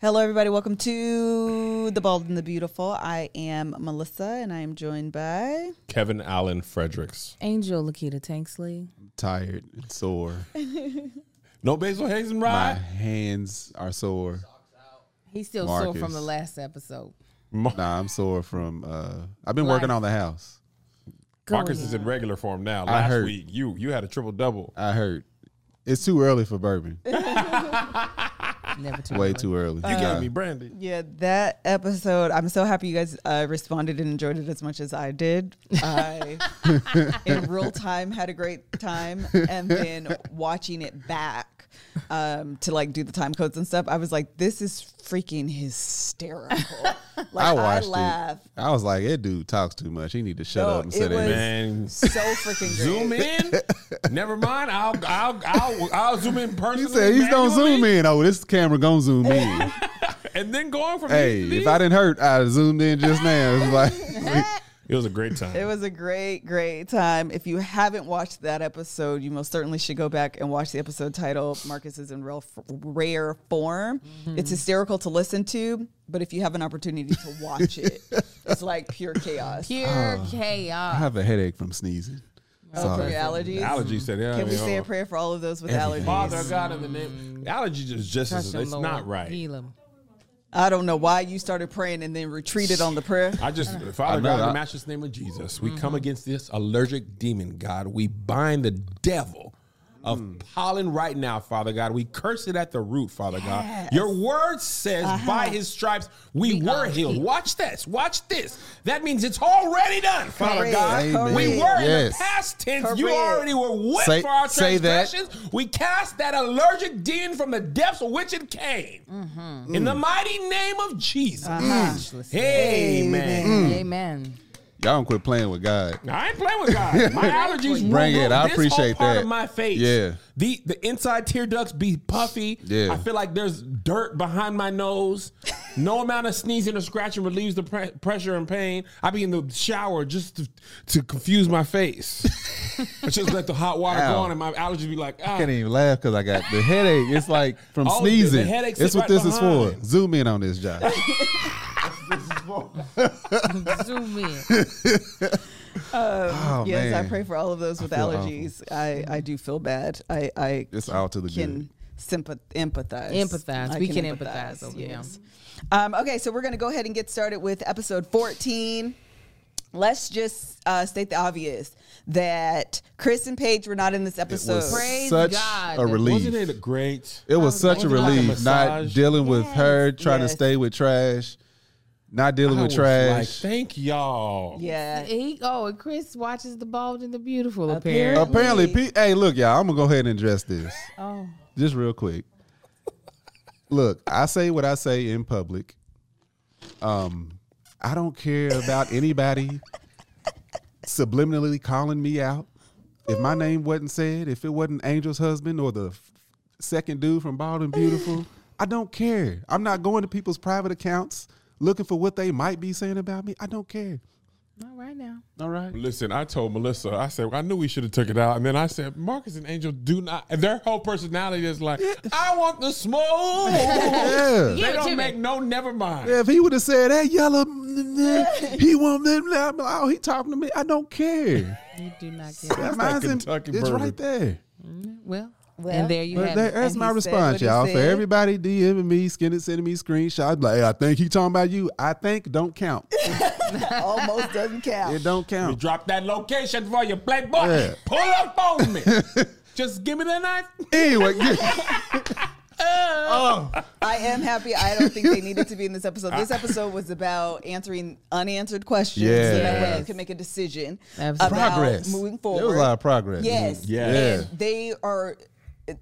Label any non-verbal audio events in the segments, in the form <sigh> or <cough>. Hello, everybody. Welcome to The Bald and the Beautiful. I am Melissa, and I am joined by. Kevin Allen Fredericks. Angel Lakita Tanksley. tired <laughs> and sore. No basil haze and My rye. hands are sore. He's still sore Marcus. from the last episode. Nah, I'm sore from. Uh, I've been working Life. on the house. Marcus is in regular form now. I Last heard. week, you you had a triple double. I heard it's too early for <laughs> bourbon. <laughs> Never too Way early. too early. You Uh, gave me brandy. Yeah, that episode. I'm so happy you guys uh, responded and enjoyed it as much as I did. <laughs> I, in real time, had a great time. And then watching it back um, to like do the time codes and stuff, I was like, this is freaking <laughs> hysterical. Like, I watched laugh. it. I was like, "That dude talks too much. He need to shut No, up and it sit was- in." Man, So freaking great. zoom <laughs> in. Never mind. I'll I'll I'll, I'll zoom in He personally. said, "He's gonna zoom manually, in. Oh, this camera gonna <laughs> zoom in. and then going from hey, these to if I these. didn't hurt, I'd have zoomed in just now. It's <laughs> like, it was a great time. It was a great, great time. If you haven't watched that episode, you most certainly should go back and watch the episode titled Marcus is in real rare form. It's hysterical to listen to, but if you have an opportunity to watch it, it's like pure chaos. Pure Uh, I chaos. have a headache from sneezing. Oh, for your allergies. allergy said, yeah, Can we you know, say a prayer for all of those with Everything. allergies? Father God in the name. Allergy is just Touch as, him, it's Lord. not right. Heal him. I don't know why you started praying and then retreated on the prayer. I just, Father I know God, in the that. matchless name of Jesus, we come against this allergic demon, God. We bind the devil of Mm. pollen right now, Father God. We curse it at the root, Father God. Your word says, by his stripes, Uh-huh. we, were are healed. Watch this. Watch this. That means it's already done, Father Correct. God. Amen. We were in the Yes. past tense. You Correct. already were whipped Say- for our say that. transgressions. We cast that allergic demon from the depths of which it came. In Mm. the mighty name of Jesus. Uh-huh. Amen. Amen. Y'all don't quit playing with God. I ain't playing with God. <laughs> My allergies Bring will it. I this whole appreciate part that. Of my face. Yeah. The the inside tear ducts be puffy. Yeah. I feel like there's dirt behind my nose. No amount of sneezing or scratching relieves the pre- pressure and pain. I be in the shower just to, to confuse my <laughs> face. I just let the hot water Ow. go on, and my allergies be like, ah. can't even laugh because I got the headache. It's like from <laughs> Oh, the- the sneezing. headache That's sit right what this is behind. for. Zoom in on this, <laughs> Josh. <laughs> Zoom in. oh yes, man, I pray for all of those with feel awful. allergies. I, I do feel bad. I, I It's all to the can sympath- empathize. Empathize. We can empathize over here. yes. Um, okay, so we're going to go ahead and get started with episode 14. Let's just uh, state the obvious that Chris and Paige were not in this good. It episode. was Praise such God. a relief. Wasn't It, it a great? was such a Wasn't it like a relief not massage? dealing with her, trying Yes. to stay with trash, not dealing I with was trash. Like, thank y'all. <laughs> yeah. He, oh, and Chris watches The Bald and the Beautiful, Apparently. apparently. Apparently, pe- hey, look, y'all, I'm gonna go ahead and address this Oh. just real quick. Look, I say what I say in public. Um, I don't care about anybody subliminally calling me out. If my name wasn't said, if it wasn't Angel's husband or the f- second dude from Bald and Beautiful, I don't care. I'm not going to people's private accounts looking for what they might be saying about me. I don't care. All right now. All right. Listen, I told Melissa, I said, I knew we should have took it out. And then I said, Marcus and Angel do not, and their whole personality is <laughs> like, I want the smoke. Yeah. they it to don't me. make no, never mind. Yeah, if he would have said that yellow, <laughs> he won't. Oh, he talking to me. I don't care. You do not get it. That's like Kentucky It's bourbon. right there. Well, Well, and there you But have that- it. that's And my he said what response, he y'all. For said. everybody DMing me, skinning, sending me screenshots, like I think he talking about you. I think don't count. Almost doesn't It count. don't We count. dropped that location for you, playboy. Yeah. Pull up on <laughs> me. Just give me the knife. Anyway, yeah. <laughs> Oh, I am happy. I don't think they needed to be in this episode. <laughs> This episode was about answering unanswered questions so that way you Yes. can make a decision Absolutely. about progress. moving There forward. was a lot of progress. Yes. Yeah. And they are. it-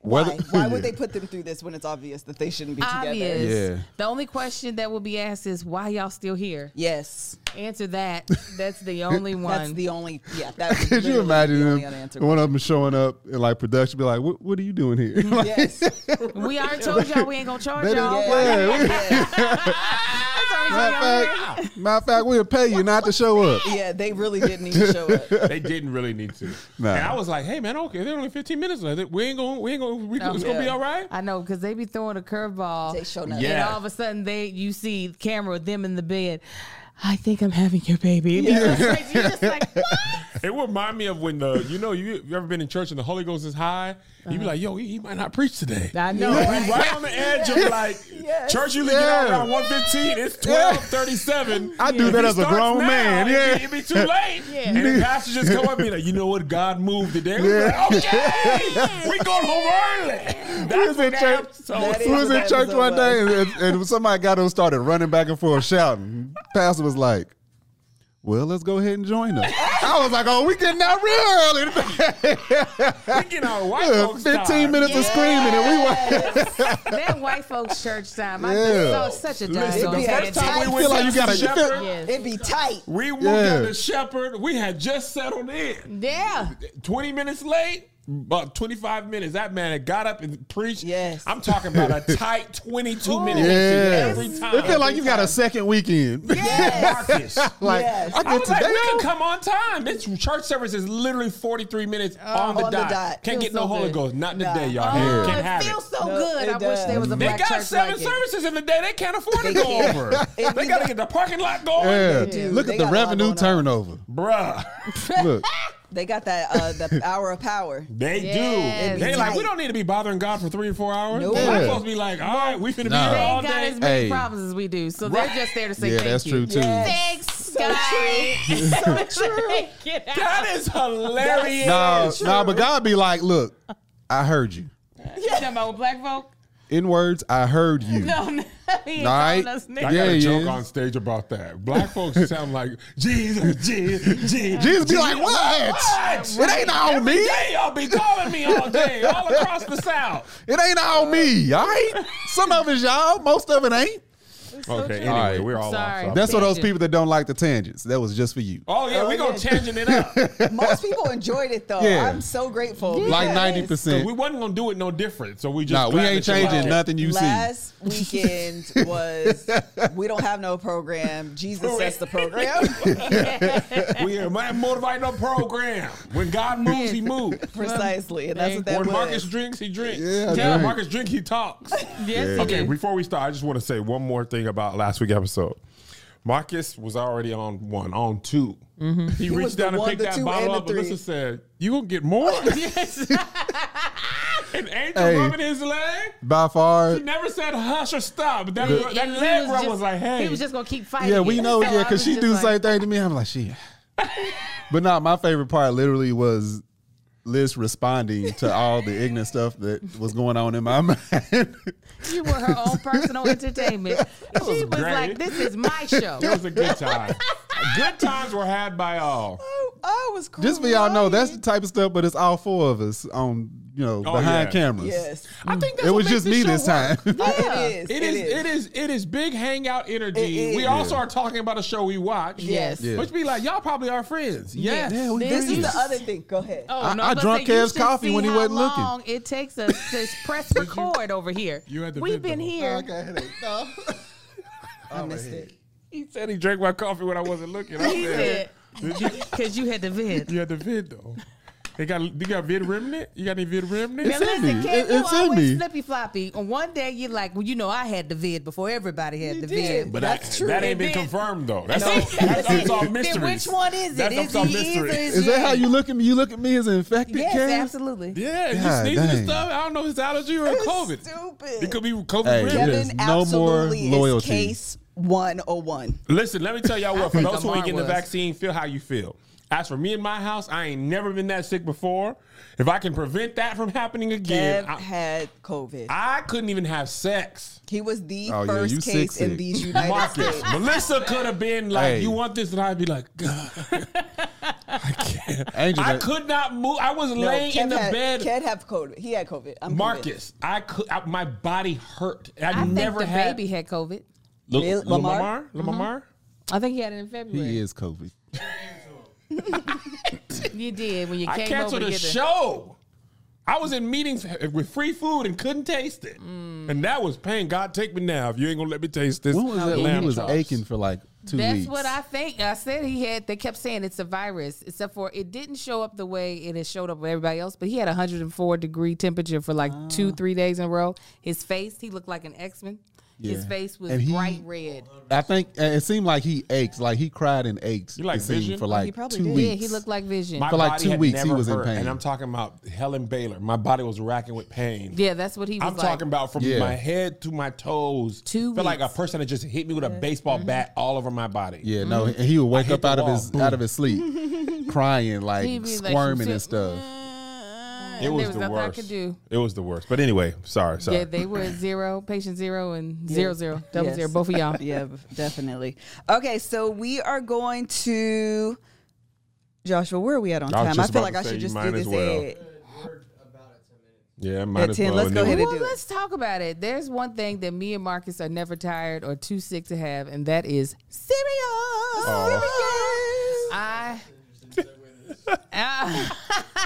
Why? Whether- Why would Yeah. <laughs> they put them through this when it's obvious that they shouldn't be together? Obvious. Yeah. The only question that will be asked is why y'all still here? Yes. Answer that. That's the only one. That's the only. Yeah. That was <laughs> Could you literally imagine the them, only unanswered one of them showing up in like production, be like, "What, what are you doing here?" <laughs> Like, question. Yes. Oh, we already told y'all we ain't gonna <laughs> charge Better- y'all. Yeah. yes. That's Matter of fact, matter of fact, we'll pay you not to show up. Yeah, they really didn't need to show up. they didn't really need to. Nah. And I was like, hey man, okay, there's only 15 minutes left. We ain't gonna, we ain't gonna, we, Oh, it's gonna be yeah. all right. I know because they be throwing a curveball. They showed up. Yeah. And all of a sudden, they you see the camera with them in the bed. I think I'm having your baby. And You're just like, you're just like, what? It would remind me of when the, you know, you, you ever been in church and the Holy Ghost is high? You'd Uh-huh. be like, yo, he, he might not preach today. I know. We right? right on the edge of <laughs> like Yes. church usually get out Yeah. around one fifteen. <laughs> It's twelve thirty seven. I do that as a grown man. Yeah. it'd be, it'd be too <laughs> late. Yeah. And the pastor just come up and be like, "You know what? God moved today." We're like, <laughs> okay, we going home early. We That's was in what church. happened. So That We was in is church what one it day, and, and- and somebody got up, and started running back and forth, shouting. Pastor was like, "Well, let's go ahead and join them." I was like, "Oh, we getting out real we getting our white early." folks <laughs> Fifteen time. minutes of screaming, and we went. That white folks' church time. I Yeah. just saw such a Listen, dog. the Don't get first time we tight. went Feel like to you gotta- you feel- Shepherd, Yes. It'd be tight. we walked Yeah. out to Shepherd. We had just settled in. Yeah. 20 minutes late, about 25 minutes. That man had got up and preached. Yes. I'm talking about a tight 22 minutes Yeah, every time. it felt like you got a second weekend. Marcus. <laughs> like Yes. I I get was like, today. we can come on time. This church service is literally 43 minutes on the on the dot. dot. Can't Feels get no so Holy good. Ghost. Not today, y'all. Oh, Can't it have it. feels so No, it good. I wish there was a does. They black got church seven like it. services in the day. They can't afford to They go can't. over. It'd they be got to the- get the parking lot going. yeah. do. Look They at the got a lot revenue going on. turnover. Bruh. Look, They got that uh, the hour of power. They Yes. do. They It'd be like, tight. we don't need to be bothering God for three or four hours. Nope. We're Yeah. supposed to be like, all right, we finna Nah. be They here all ain't day. got as many Hey. problems as we do, so Right. they're just there to say yeah, thank that's you. true too. Yes. Thanks, true. guys. So true. Get out. That is hilarious. No, no, but God be like, look, I heard you. <laughs> You talking about black folk? <laughs> In words, I heard you. No, <laughs> no. He ain't All right. calling us I niggas. got Yeah, a joke yeah. on stage about that. Black folks sound like Jesus, Jesus, Jesus. Jesus be like, what? It ain't all me. Hey, y'all be calling me all day, <laughs> all across the South. It ain't all me. All right. Some of it's y'all. Most of it ain't. Okay, true. anyway, All right. we're all Sorry. off. That's for those Tangent. people that don't like the tangents. That was just for you. Oh yeah, we gonna yeah. tangent it <laughs> <laughs> up. Most people enjoyed it though. Yeah. I'm so grateful. Like because ninety So we percent. wasn't gonna do it no different. So we just No, we glad ain't that you changing like it. nothing you see. Last weekend was we don't have no program. Jesus sets the <laughs> program. We are not motivating no program. When God moves, He moves. Precisely. And that's what that When was. Marcus drinks, he drinks. Yeah, I Tell drink. Marcus drink, he talks. Yes, he Okay, did. before we start, I just want to say one more thing about last week's episode. Marcus was already on one, on 2 He, was reached the down and one, picked the that two, bottle and the up. Alyssa three. said, "You gonna get more?" Yes. and Angel Hey. rubbing his leg. By far. He never said hush or stop. But that, He- that he leg rub just- was like, "Hey." He was just going to keep fighting. Yeah, we it. know. So Yeah, <laughs> I because was she just do the like, same thing to me. I'm like, she. but no, my favorite part literally was Liz responding to all the ignorant stuff that was going on in my <laughs> mind. You were her own personal <laughs> entertainment. she was was great. like, this is my show. it was a good time. good times were had by all. I, Oh, I was crying. Just for y'all know, that's the type of stuff. But it's all four of us on, you know, Oh, yeah. behind cameras. Yes. I think that's It what was makes just this me show work. this time. <laughs> Yeah. It is. It is, it is it is big hangout It energy. is. We Yeah. also are talking about a show we watch. Yes. Yeah. Which be like, y'all probably are friends. Yes. Yeah, we This did. is the other thing. Go ahead. Oh, I- no, I I'm gonna drunk say, you his should coffee see when he how wasn't looking. long It takes us <laughs> to press record over here. You had the We've been Oh, visible. here. I missed it. He said he drank my coffee when I wasn't looking. I He said, <laughs> said, because you had the vid. "You had the vid though. They got you got vid remnant. You got any vid remnant? Now listen, me. Ken, It- you it's in me. always slippy floppy. And one day you're like, well, you know, I had the vid before everybody had the did. vid. But That's I- true. That ain't been Vid. confirmed though. That's No. that's unsolved mystery. Then which one is it? That's Is unsolved he is or mystery. is Is that how he- you look at me? You look at me as infected, Yes, Karen? absolutely. Yeah, God you sneezing dang. and stuff. I don't know if it's allergy or It's COVID. Stupid. It could be COVID Hey. remnant. Kevin- Kevin There's no more absolutely loyalty. is case 101. Listen, let me tell y'all I what. For think those who Amar ain't getting the was. vaccine, feel how you feel. As for me in my house, I ain't never been that sick before. If I can prevent that from happening again, Kev I, had COVID. I couldn't even have sex. he was the Oh, yeah, first you sick, case in sick. these United Marcus, States. <laughs> Melissa could have been like, Hey. "You want this?" and I'd be like, "God, I can't." Angel, I that- could not move. I was No, laying in Kev the had, bed. Kev had COVID. He had COVID. I'm convinced. Marcus, I could. I, my body hurt. I, I think never the had. baby Mm-hmm. had COVID. Lil- Really? Lil Lamar? Lamar. Lamar? I think he had it in February. He is COVID. You did when you I came canceled over to a get the- show. I was in meetings with free food and couldn't taste it, Mm. and that was pain. God, take me now if you ain't gonna let me taste this. When was that? When lamb he was chops. aching for like two That's weeks. what I think. I said he had. They kept saying it's a virus, except for it didn't show up the way it had showed up with everybody else. But he had a 104 degree temperature for like Ah. two, three days in a row. His face, he looked like an X Men. His Yeah. face was And he- bright red. I think uh, it seemed like he aches, like he cried and aches. You like it seemed, Vision? for Oh, he like probably two did. weeks. Yeah, he looked like Vision. My For like body two had weeks, he never was in hurt, pain. and I'm talking about Helen Baylor. My body was racking with pain. yeah, that's what he was I'm like. talking about from Yeah. my head to my toes. Two feel like a weeks. Mm-hmm. person that just hit me with a baseball bat all over my body. Mm. yeah, no, and he would wake hit up the out of wall. his Boom. out of <laughs> his sleep, crying He'd like be like some squirming shit, and stuff. Ah. "Mm," It and was, there was the nothing worst. I could do. It was the worst. But anyway, sorry, sorry. Yeah, they were zero, patient zero, and zero, <laughs> zero, double Yes. zero, both of y'all. <laughs> yeah, b- definitely. Okay, so we are going to Joshua. Where are we at on I was time? I just feel about like to I say should you just do might this as well. at yeah might At as 10, well. let's And go then ahead we- and- Well, do it. let's talk about it. There's one thing that me and Marcus are never tired or too sick to have, and that is cereal. Oh. Aw. I. <laughs> Ah,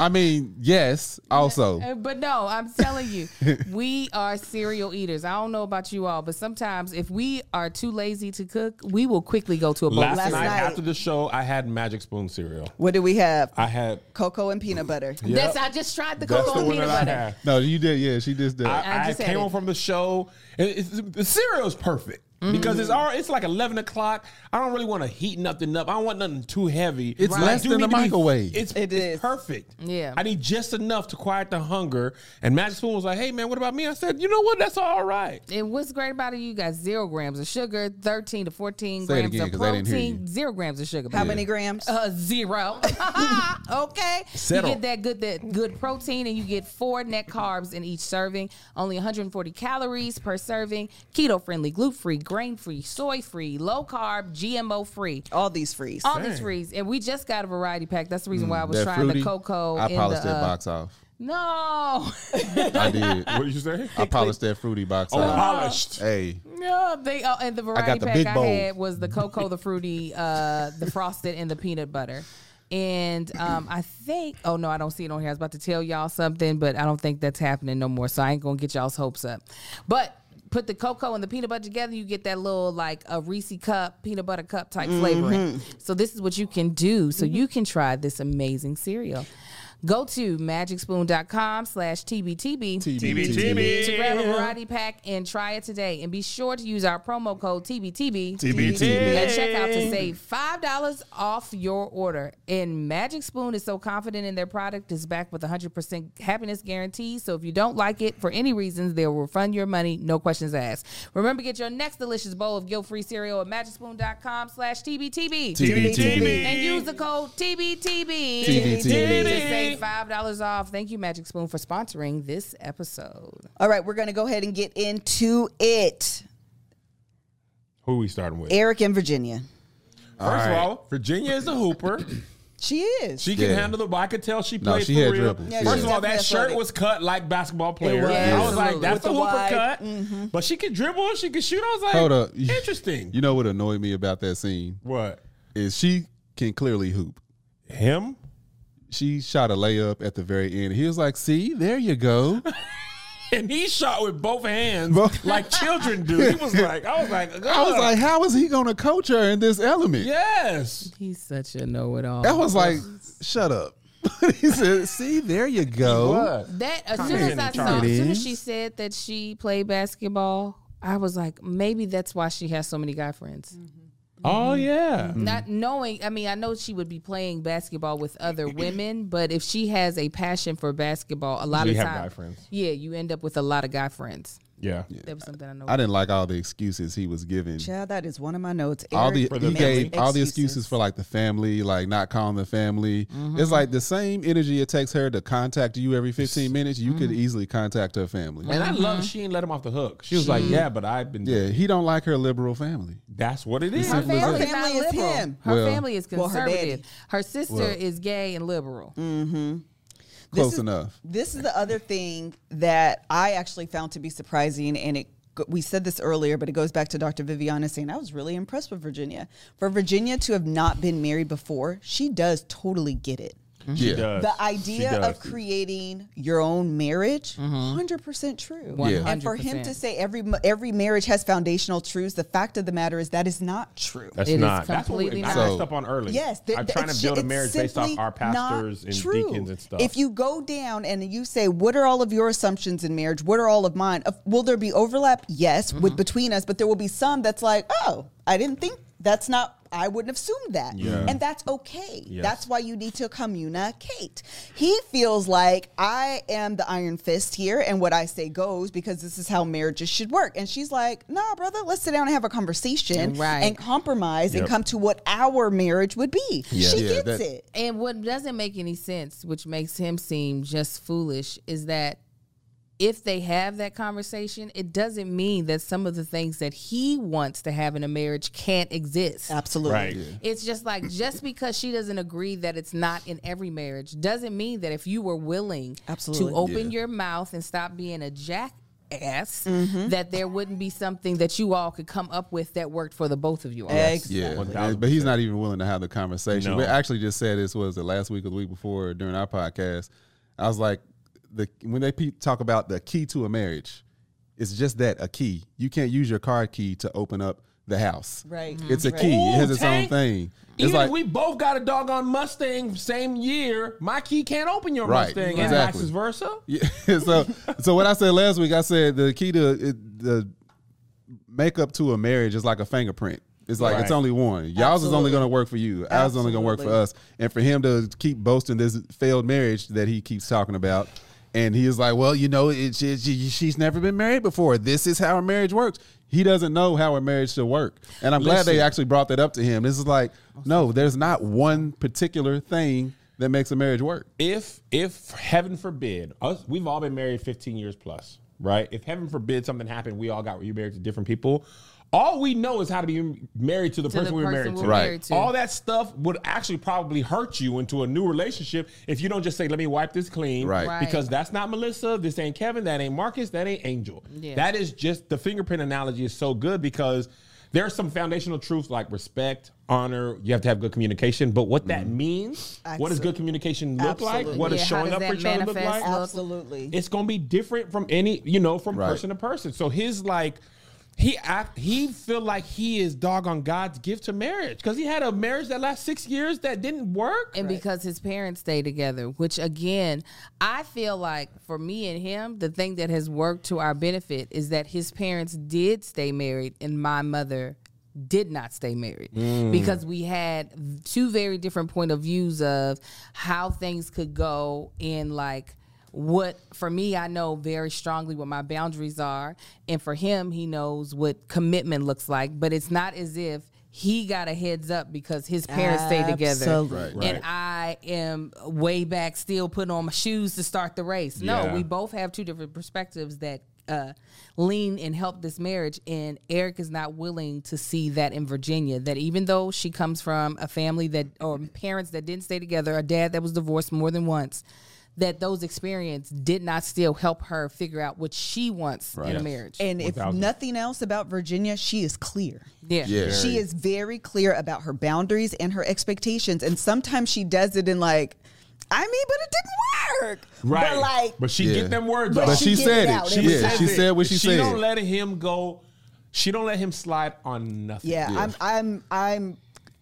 I mean, <laughs> yes, also. Uh, but no, I'm telling <laughs> you, we are cereal eaters. I don't know about you all, but sometimes if we are too lazy to cook, we will quickly go to a bowl. Last, Last night, night. after the show, I had Magic Spoon cereal. What do we have? I had. Cocoa and peanut butter. Yep. That's I just tried the That's cocoa the and one peanut that I butter. had. No, you did. Yeah, she just did. I, I, just had came it. home from the show, and it's, the cereal's perfect because it's all it's like eleven o'clock. I don't really want to heat nothing up. I don't want nothing too heavy. It's I less do than need a to be- microwave. it's, It it is. is perfect. Yeah. I need just enough to quiet the hunger. And Magic Spoon was like, "Hey man, what about me?" I said, "You know what? That's all right." And what's great about it, you got zero grams of sugar, 13 to 14 Say it grams again, of 'cause I didn't hear protein, you. zero grams of sugar. How baby. many grams? Uh, zero. <laughs> okay. Settle. You get that good that good protein, and you get four net carbs in each serving. Only 140 calories per serving. Keto friendly, gluten free, grain free, soy free, low carb, GMO free. All these freeze. All Dang. these frees, and we just got a variety pack. That's the reason why I was Mm, that trying fruity, the cocoa. I and polished the, that uh, box off. No, <laughs> I did. What did you say? I polished that fruity box Oh, off. polished. Hey, no, they oh, and the variety the pack big I bowl. had was the cocoa, the fruity, uh, the frosted, and the peanut butter. And um, I think, oh no, I don't see it on here. I was about to tell y'all something, but I don't think that's happening no more. So I ain't gonna get y'all's hopes up. But put the cocoa and the peanut butter together, you get that little like a Reese cup, peanut butter cup type Mm-hmm. flavoring. So this is what you can do. So you can try this amazing cereal. Go to magicspoon.com slash TBTB TBTB. to grab a variety pack and try it today. And be sure to use our promo code TBTB TBTB. at checkout to save five dollars off your order. And Magic Spoon is so confident in their product is backed with 100% happiness guarantee. So if you don't like it for any reasons, they'll refund your money, no questions asked. Remember, get your next delicious bowl of guilt-free cereal at magicspoon.com/tbtb TBTB. and use the code TBTB to TBTB. save five dollars off. Thank you, Magic Spoon, for sponsoring this episode. All right, we're going to go ahead and get into it. Who we starting with? Eric in Virginia. First of all, Virginia is a hooper. She is. She can Yeah. handle the ball. I could tell she No, played she for had real. dribbles. Yeah, First she's of all, that definitely shirt athletic. was cut like basketball player. was, I was like, absolutely. that's With the the hooper wide- Mm-hmm. cut. But she can dribble. She can shoot. I was like, hold up. Interesting. You know what annoyed me about that scene what? is she can clearly hoop. Him? She shot a layup at the very end. He was like, "See, there you go." And he shot with both hands <laughs> Both- like children do. He was like, I was like, <laughs> I was "Ugh." like, "How is he going to coach her in this element?" yes. He's such a know-it-all. That was like, "Shut up." <laughs> he said, "See, there you go." What? that. As soon Comments as in I the saw, chart. as soon as It she is. said that she played basketball, I was like, maybe that's why she has so many guy friends. Oh yeah. Not knowing, I mean, I know she would be playing basketball with other women, but if she has a passion for basketball, a lot Usually of have times, guy friends. yeah, you end up with a lot of guy friends. Yeah. That was something I know. I didn't like all the excuses he was giving. Child, that is one of my notes. all the, Eric he the made gave all the excuses for like the family, like not calling the family. It's like the same energy it takes her to contact you every 15 minutes. You could easily contact her family. And Mm-hmm. I love she ain't let him off the hook. She was like, yeah, but I've been. Mm-hmm. Yeah, he don't like her liberal family. That's what it is. Her family, Her family is is not liberal. him. Her Well- family is Well, her daddy. conservative. her sister is gay and liberal. Close is- enough. This is the other thing that I actually found to be surprising, and it we said this earlier, but it goes back to Dr. Viviana saying I was really impressed with Virginia. For Virginia to have not been married before, she does totally get it. She Yeah. does. The She idea does. Mm-hmm. of creating your own marriage, 100% true. Yeah. And for him 100%. to say every every marriage has foundational truths, the fact of the matter is that is not true. That's It is not. That's what completely I not. messed up on early. Yes, th- I'm th- trying to it's- build a it's marriage based off simply our pastors not and true. deacons and stuff. If you go down and you say, "What are all of your assumptions in marriage? What are all of mine? Of- Will there be overlap? Yes, Mm-hmm. with between us, but there will be some that's like, oh, I didn't think that's not." I wouldn't have assumed that. Yeah. And that's okay. Yes. That's why you need to communicate. He feels like I am the iron fist here and what I say goes because this is how marriages should work. And she's like, nah, brother, let's sit down and have a conversation Right. and compromise Yep. and come to what our marriage would be. Yeah. She Yeah, gets that- it. And what doesn't make any sense, which makes him seem just foolish, is that if they have that conversation, it doesn't mean that some of the things that he wants to have in a marriage can't exist. Absolutely. right. It's just like just because she doesn't agree that it's not in every marriage doesn't mean that if you were willing Absolutely. to open your mouth and stop being a jackass, that there wouldn't be something that you all could come up with that worked for the both of you all. Ex- Yeah, 1000%. but he's not even willing to have the conversation. No. We actually just said this was the last week or the week before during our podcast. I was like, the when they pe- talk about the key to a marriage, it's just that a key. You can't use your car key to open up the house. Right. It's a Right. key. it has Ooh, its own Tank. thing. It's Even like if we both got a doggone Mustang same year, my key can't open your Right, Mustang and exactly. vice versa. Yeah. <laughs> so so what I said last week, I said the key to it, the makeup to a marriage is like a fingerprint. It's like it's Right. only one. Y'all's is only going to work for you. Ours is only going to work for Absolutely. us. And for him to keep boasting this failed marriage that he keeps talking about, and he is like, well, you know, it's, it's, she's never been married before. This is how a marriage works. He doesn't know how a marriage should work. And I'm glad they Listen. actually brought that up to him. This is like, no, there's not one particular thing that makes a marriage work. if if heaven forbid us we've all been married 15 years plus right if heaven forbid something happened we all got remarried to different people all we know is how to be married to the To the person we were person married we're to Right. married to. all that stuff would actually probably hurt you into a new relationship if you don't just say let me wipe this clean Right. Right. because that's not melissa this ain't kevin that ain't marcus that ain't angel Yeah. that is just the fingerprint analogy is so good because there are some foundational truths like respect honor you have to have good communication but what that Mm-hmm. means what does Absolutely. good communication look like Absolutely. what does Yeah, how showing does up for that each other look manifest? like Absolutely. it's gonna be different from any you know from Right. person to person so his like he act, he feel like he is doggone god's gift to marriage because he had a marriage that last six years that didn't work and because his parents stay together, which again, I feel like for me and him, the thing that has worked to our benefit is that his parents did stay married and my mother did not stay married because we had two very different point of views of how things could go and like what for me I know very strongly what my boundaries are and for him he knows what commitment looks like but it's not as if he got a heads up because his parents stayed together Absolutely. Right, and I am way back still putting on my shoes to start the race. No, Yeah. we both have two different perspectives that uh, lean and help this marriage. And Eric is not willing to see that in Virginia. That even though she comes from a family that, or parents that didn't stay together, a dad that was divorced more than once, that those experience did not still help her figure out what she wants in a Yes. marriage. And if 1000. nothing else about Virginia, she is clear. yeah. Yeah. She is very clear about her boundaries and her expectations. And sometimes she does it in like, I mean, but it didn't work. right But like, but she Yeah. get them words But off. But she she get it said out. it. She, It yeah, says she it. said what she, said. don't let him go she don't let him slide on nothing yeah, I'm, I'm, I'm.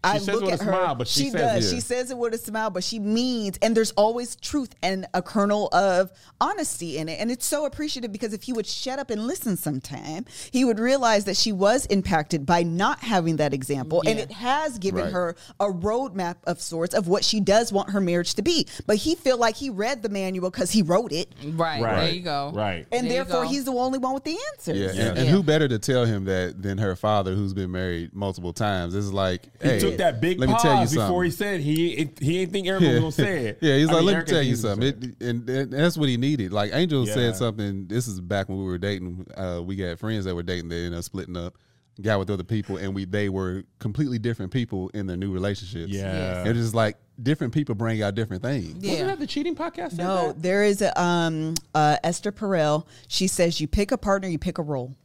I says look with at a her. smile, but she says does. it. She says it with a smile, but she means. And there's always truth and a kernel of honesty in it. And it's so appreciative because if he would shut up and listen sometime, he would realize that she was impacted by not having that example, and Yeah. it has given Right. her a roadmap of sorts of what she does want her marriage to be. But he feel like he read the manual because he wrote it, Right. There you go. right and Mm. There you therefore go. he's the only one with the answers. Yeah, and, Yeah. and who better to tell him that than her father, who's been married multiple times? This is like He hey, took that big Let me pause tell you before something. he said he it, he ain't think Eric was gonna say it. <laughs> yeah, he's I like, mean, let Eric me tell ain't you think he was something, gonna say It- and, and that's what he needed. Like Angel Yeah. said something. This is back when we were dating. Uh, we had friends that were dating. They ended up splitting up, got with other people, and we they were completely different people in their new relationships. Yeah. it's just like different people bring out different things. it. Wasn't Yeah. that the cheating podcast? said No, that? there is a um, uh, Esther Perel. She says you pick a partner, you pick a role.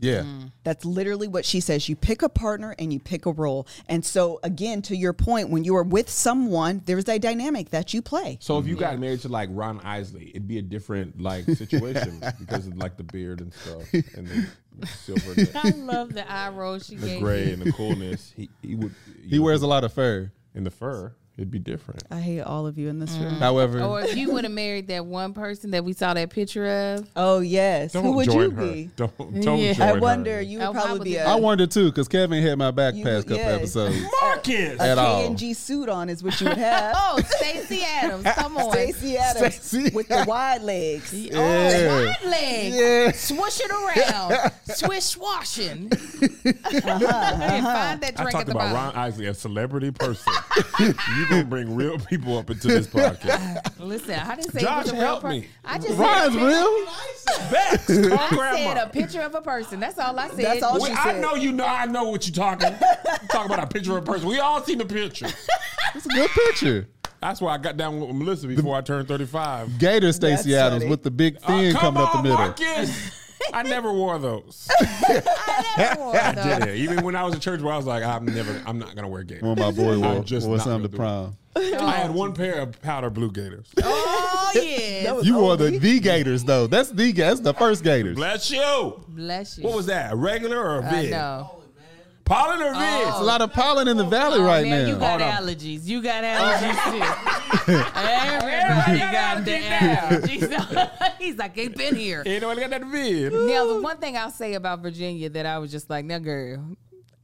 Yeah. That's literally what she says. You pick a partner and you pick a role. And so, again, to your point, when you are with someone, there is a dynamic that you play. So if you got married to like Ron Isley, it'd be a different <laughs> like situation because of like the beard and stuff and the silver, the, <laughs> <laughs> I love the eye roll she the gave. me. gray and the coolness. He, he would He wears a lot of fur. in the fur. It'd be different. I hate all of you in this room. However, Or if you would have married that one person that we saw that picture of, Oh, yes. Who would you join her. be? Don't don't Yeah. join I her. wonder. You would Oh, probably be probably. a, I wonder too, because Kevin had my back You- past couple yeah. <laughs> episodes. Marcus. a at all. K&G suit on is what you would have. <laughs> oh Stacey Adams, come on, Stacey Adams Stacey with the wide legs. Oh, Yeah. wide leg, Yeah. swish it around, swish swashing. And find that I drink at talked the about Ron bottom. Isley, a celebrity person. <laughs> you gonna bring real people up into this podcast. Listen, I didn't say it Josh, was a real help per- me. I just said Ron's a, pic- <laughs> Bex, real. call I said Oh, grandma. a picture of a person. That's all I said. That's all We- she I said. know you know. I know what you're talking. you talking about a picture of a person. We all seen the picture. It's a good picture. That's why I got down with Melissa before I turned 35. Gator Stacy That's Adams funny. with the big Uh, fin come coming on, up the middle. Marcus. I never <laughs> wore those. I never wore those. Yeah, even when I was at church, where I was like, I'm never, I'm not gonna wear gators. When <laughs> my boy I'm wore, just wore not something gonna to do prom. I had one pair of powder blue gators. Oh yeah. was You wore the OD. the Gators though. That's the that's the first Gators. Bless you. <laughs> Bless you. What was that? A regular or a I vid? know. Pollen or vid? It's Oh. a lot of pollen in the valley Oh, right Oh, man, you now. got Hold on. allergies. You got allergies too. <laughs> Everybody Everybody got got the allergies allergies. <laughs> He's like, ain't been here. Ain't nobody got that vid. Now, the one thing I'll say about Virginia that I was just like, now, girl,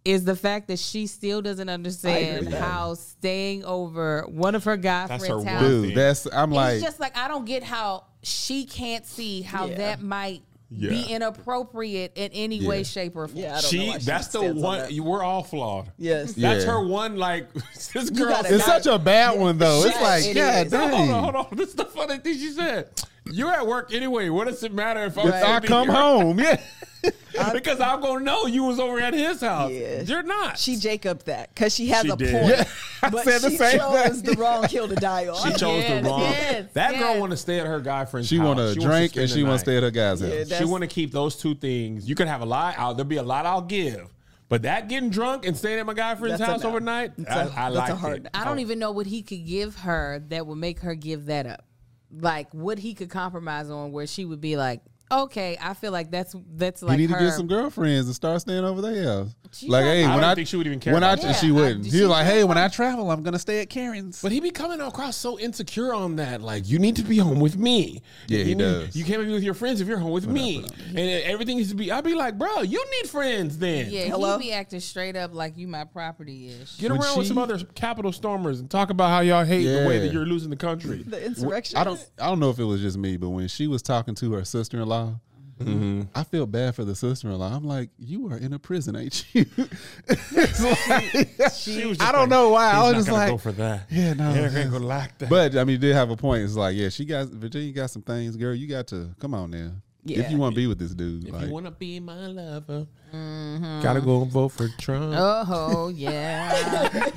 is the fact that she still doesn't understand how staying over one of her guy That's friends' her house. one Dude, that's I'm like it's just like I don't get how she can't see how Yeah. that might be Yeah. inappropriate in any way, Yeah. shape, or form. Yeah, I don't know She, why she that's the stands on one. that. you- We're all flawed. Yes. That's Yeah. her one. Like <laughs> this girl. gotta it's such a bad one though. It's Yes, like it God is. hold on, hold dang. on. This is the funny thing she said. You're at work anyway. What does it matter if I'm If I gonna be come here? home, yeah. <laughs> because I'm gonna know you was over at his house. Yeah. You're not. She Jacob that because she has She a did. point. Yeah, <laughs> I But said the she same chose thing. the wrong hill to die on. She chose Yes, the wrong. yes, that yes. girl want to stay at her guy friend's She house. want to wants drink spend and the she want night. to stay at her guy's house. Yeah, She That's- want to keep those two things. You can have a lot. I'll, there'll be a lot I'll give, but that getting drunk and staying at my guy friend's That's a house no. overnight, It's I a- I that's a like hard it. no. I Oh. don't even know what he could give her that would make her give that up. Like what he could compromise on where she would be like, okay, I feel like that's that's You like need her. to get some girlfriends and start staying over their house. She Like, don't- hey, I when don't I think she would even care When I about that. she wouldn't. I- She she was like, don't hey, when I travel, I'm gonna stay at Karen's. But he be coming across so insecure on that. Like, you need to be home with me. Yeah, you he need- does. You can't be with your friends if you're home with me. And everything needs to be. I'd be like, bro, you need friends then. yeah, Hello? he be acting straight up like you my property ish. Get When around with she- some other capital stormers and talk about how y'all hate the way Yeah. that you're losing the country. the insurrection. I don't I don't know if it was just me, but when she was talking to her sister in law, Mm-hmm. I feel bad for the sister in law. I'm like, you are in a prison, ain't you? <laughs> It's <laughs> like- She was I don't know why. I "He's not was just gonna like, go for that. yeah, no. They're gonna go like that. but I mean, you did have a point. It's like, yeah, she got Virginia got some things, girl. You got to come on now. If Yeah. you want to be with this dude, if like, you wanna be my lover, gotta go and vote for Trump. Oh yeah.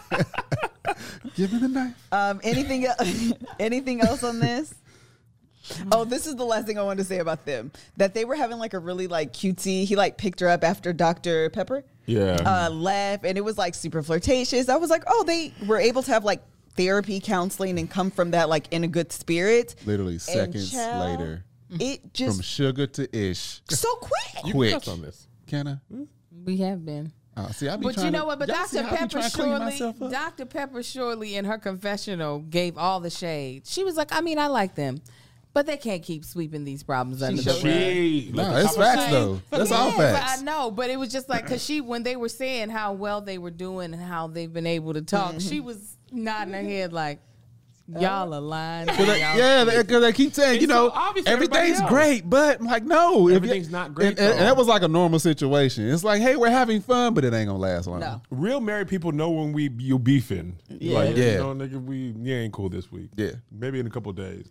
<laughs> give me the knife. Um, anything el- <laughs> anything else on this? Oh, this is the last thing I wanted to say about them. That they were having like a really like cutesy. He like picked her up after Dr. Pepper Yeah. uh, left, and it was like super flirtatious. I was like, oh, they were able to have like therapy, counseling, and come from that like in a good spirit. Literally And seconds child, later, it from just sugar to ish, so quick. You quick. Hmm? cuss on this. Can I? we have been. Uh, see, I be But you trying know to- what? But y'all see Dr. how I be Pepper trying to clean surely, myself up? Dr. Pepper surely, in her confessional, gave all the shade. She was like, "I mean, I like them, but they can't keep sweeping these problems under the rug." She, No, like, it's facts though. That's all Yeah, But facts. I know, but it was just like because she, when they were saying how well they were doing and how they've been able to talk, she was nodding her head like, "Y'all are lying." to Cause they, y'all." yeah, because they keep saying, you It's so know, obvious to everybody everything's else. great, but I'm like, no, if you- Everything's not great, And, and- and though. that was like a normal situation. It's like, hey, we're having fun, but it ain't gonna last long. No. real married people know when we you beefing. Like, Yeah. you know, nigga, we you ain't cool this week. Yeah. Maybe in a couple days.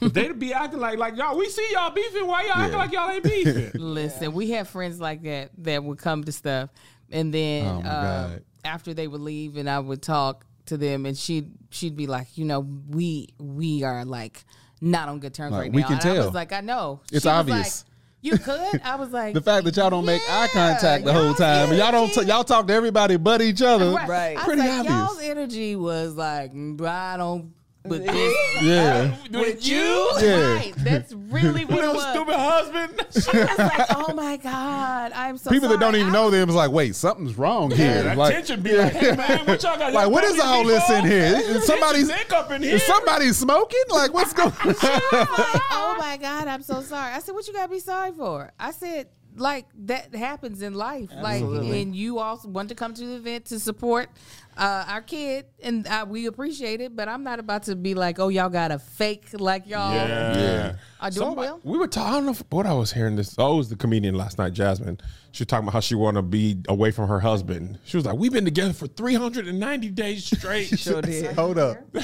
But they be acting like like y'all, we see y'all beefing. Why y'all Yeah. acting like y'all ain't <laughs> beefing? Listen, we had friends like that that would come to stuff, and then Oh, my uh, God. after they would leave, and I would talk to them, and she'd she'd be like, you know, we we are like not on good terms Like, right we now. can and I was tell. like, I know. It's was obvious. like, You could. I <laughs> was like, The fact that y'all don't make eye contact the Yeah, whole y'all's time, y'all don't energy. t- y'all talk to everybody but each other. right. Right. I was Pretty like, obvious. Y'all's energy was like, mm, I don't. But this, <laughs> Yeah, with you, Yeah. right? That's really what it was. husband. <laughs> She was like, "Oh my god, I'm so." people that don't sorry. even I- know them is like, wait, something's wrong here. like, be like, hey man, what y'all got? <laughs> like, what is all this <laughs> in here? Is- Is somebody's up in is somebody smoking? Like, <laughs> what's going? on? Like, oh my God, I'm so sorry. I said, what you gotta be sorry for? I said, like that happens in life. Like, and you also want to come to the event to support uh, our kid, and uh, we appreciate it. But I'm not about to be like, oh, y'all got to fake like y'all. Yeah. Yeah. Are doing well? We were talking. I don't know if- what I was hearing. This. Oh, it was the comedian last night, Jasmine. She was talking about how she want to be away from her husband. She was like, "We've been together for 390 days <laughs> straight." Sure did. Hold up, the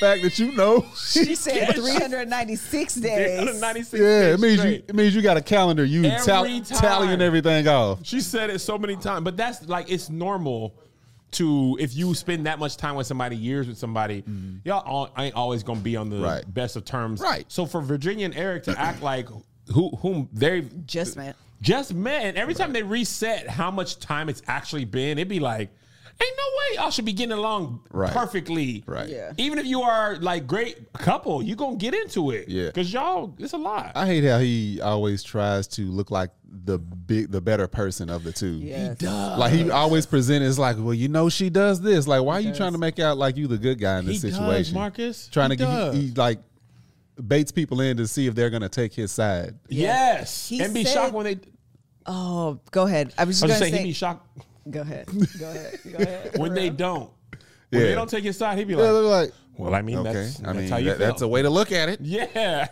fact that <laughs> you know, She said 396 days. 396 yeah, days it means you straight. it means you got a calendar, you Every tally, time. tallying everything off. She said it so many times, but that's like it's normal to if you spend that much time with somebody, years with somebody, y'all all, ain't always gonna be on the Mm-hmm. Right. best of terms. Right. So for Virginia and Eric to act like who whom they Just met. just met, and every time they reset how much time it's actually been, it'd be like, ain't no way y'all should be getting along Right. perfectly. Right. Yeah. Even if you are like great couple, you gonna get into it. Yeah. Cause y'all, it's a lot. I hate how he always tries to look like the big, the better person of the two. Yes. He does. Like Uh, he always presents as like, well, you know, she does this. Like, why are you trying to make out like you the good guy in this He does, situation, Marcus. Trying He to get does. he, he, like baits people in to see if they're gonna take his side. yes. He and be said- shocked when they Oh, go ahead. I was just I going was just to saying he'd say. <laughs> be shocked go ahead. <laughs> Go ahead. Go ahead. when they don't. When Yeah. they don't take his side, he'd be Yeah, they're like, like, "Well, I mean, okay, that's, I that's mean, how you that- that's a felt." way to look at <laughs> it. <laughs> yeah."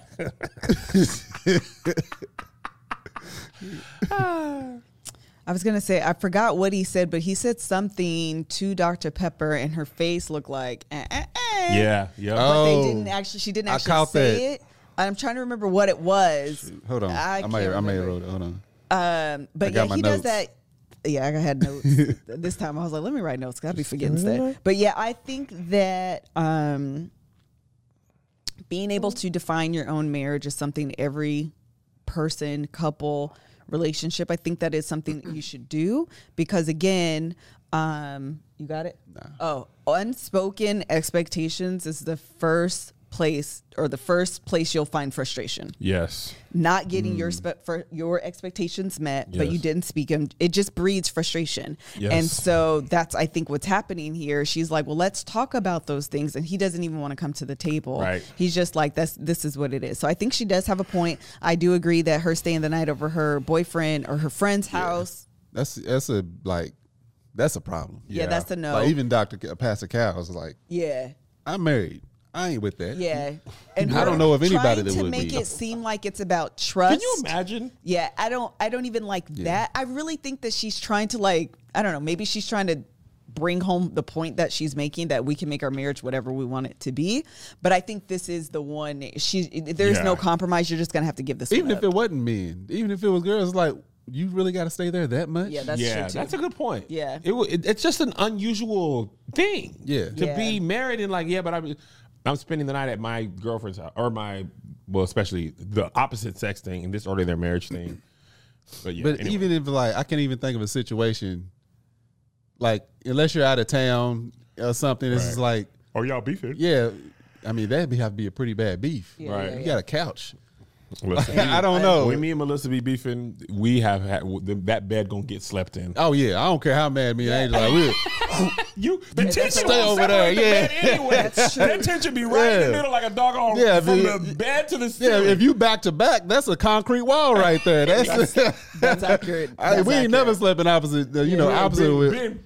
I was going to say, I forgot what he said, but he said something to Dr. Pepper, and her face looked like, eh, eh, eh. yeah, yeah. Oh. But they didn't actually, she didn't I actually caught say that. it. I'm trying to remember what it was. Hold on, I, I, may, can't I may have remember. wrote it. Hold on. Um, but I got yeah, my he does notes. that. Yeah, I had notes <laughs> this time. I was like, let me write notes because I'd be forgetting stuff. But yeah, I think that um, being able to define your own marriage is something every person, couple, relationship. I think that is something that you <clears throat> should do because again, um, you got it. Oh, unspoken expectations is the first place or the first place you'll find frustration yes. not getting Mm. your spe- for your expectations met, but you Yes. didn't speak them. It just breeds frustration, and Yes. so that's I think what's happening here. She's like, "Well, let's talk about those things," and he doesn't even want to come to the table. Right. He's just like, "That's this is what it is." So I think she does have a point. I do agree that her staying the night over her boyfriend or her friend's house, That's that's a like, that's a problem. yeah, Yeah. that's a no. Like even Doctor Ca- Pastor Cow was like, yeah, I'm married. I ain't with that. <laughs> yeah. And I her don't know of anybody trying that to would make be. it seem like it's about trust. Can you imagine? Yeah, I don't I don't even like that. I really think that she's trying to like I don't know, maybe she's trying to bring home the point that she's making that we can make our marriage whatever we want it to be. But I think this is the one she there's no Yeah. compromise. You're just gonna have to give this Even one if up. it wasn't men, even if it was girls, it's like you really got to stay there that much. Yeah, that's yeah, true too. that's a good point. Yeah. it, wa- it it's just an unusual thing. Yeah. to Yeah. be married and like, yeah, but I'm I'm spending the night at my girlfriend's house or my well, especially the opposite sex thing and this order their marriage thing. But yeah, but anyway. even if like I can't even think of a situation, like unless you're out of town or something, it's just like or Oh, y'all beefing, yeah. I mean that'd be, have to be a pretty bad beef. Yeah, Right. yeah, You yeah. got a couch. <laughs> Listen, I don't know. When me and Melissa be beefing, we have had that bed gonna get slept in. oh yeah, I don't care how mad me and Angela <laughs> are. We're- <laughs> You the tension Stay will over over there, there. The yeah. bed anyway. that tension be right in Yeah. the middle like a dog on Yeah, if from you- the bed to the yeah, ceiling. if you back to back, that's a concrete wall right <laughs> there. That's, That's accurate. I- That's we ain't accurate. never slept in opposite. uh, you know, opposite. been, with, been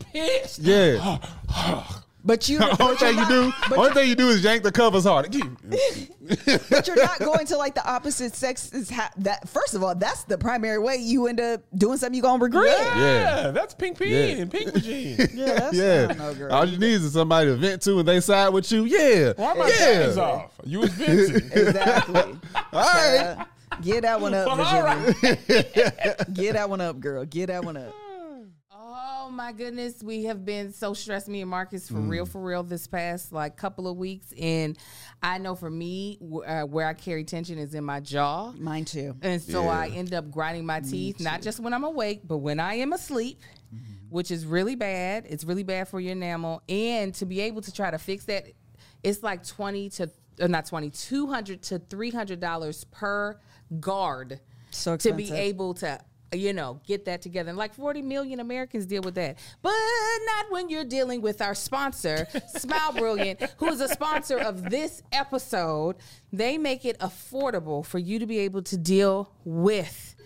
<gasps> pissed. yeah. <laughs> But <laughs> you only but you're thing you not, do, but, only thing you do is yank the covers hard. but you're not going to like the opposite sex is ha- that first of all, that's the primary way you end up doing something you're gonna regret. Yeah, Yeah. that's pink peen Yeah. and pink Virginia. Yeah, that's <laughs> Yeah. I don't know, girl. All you need is somebody to vent to and they side with you. Yeah. Why my pants yeah. off? You was <laughs> venting. <laughs> Exactly. All right. Uh, get that one up, Well, all <laughs> Virginia. get that one up, girl. Get that one up. Oh Oh my goodness, we have been so stressed, me and Marcus, for real, for real, this past like couple of weeks, and I know for me, wh- uh, where I carry tension is in my jaw, Mine too. and so I end up grinding my teeth, not just when I'm awake, but when I am asleep, which is really bad. It's really bad for your enamel, and to be able to try to fix that, it's like twenty to uh, not twenty, two hundred to three hundred dollars per guard So to be expensive. able to you know get that together and like 40 million americans deal with that but not when you're dealing with <laughs> our sponsor smile brilliant who is a sponsor of this episode they make it affordable for you to be able to deal with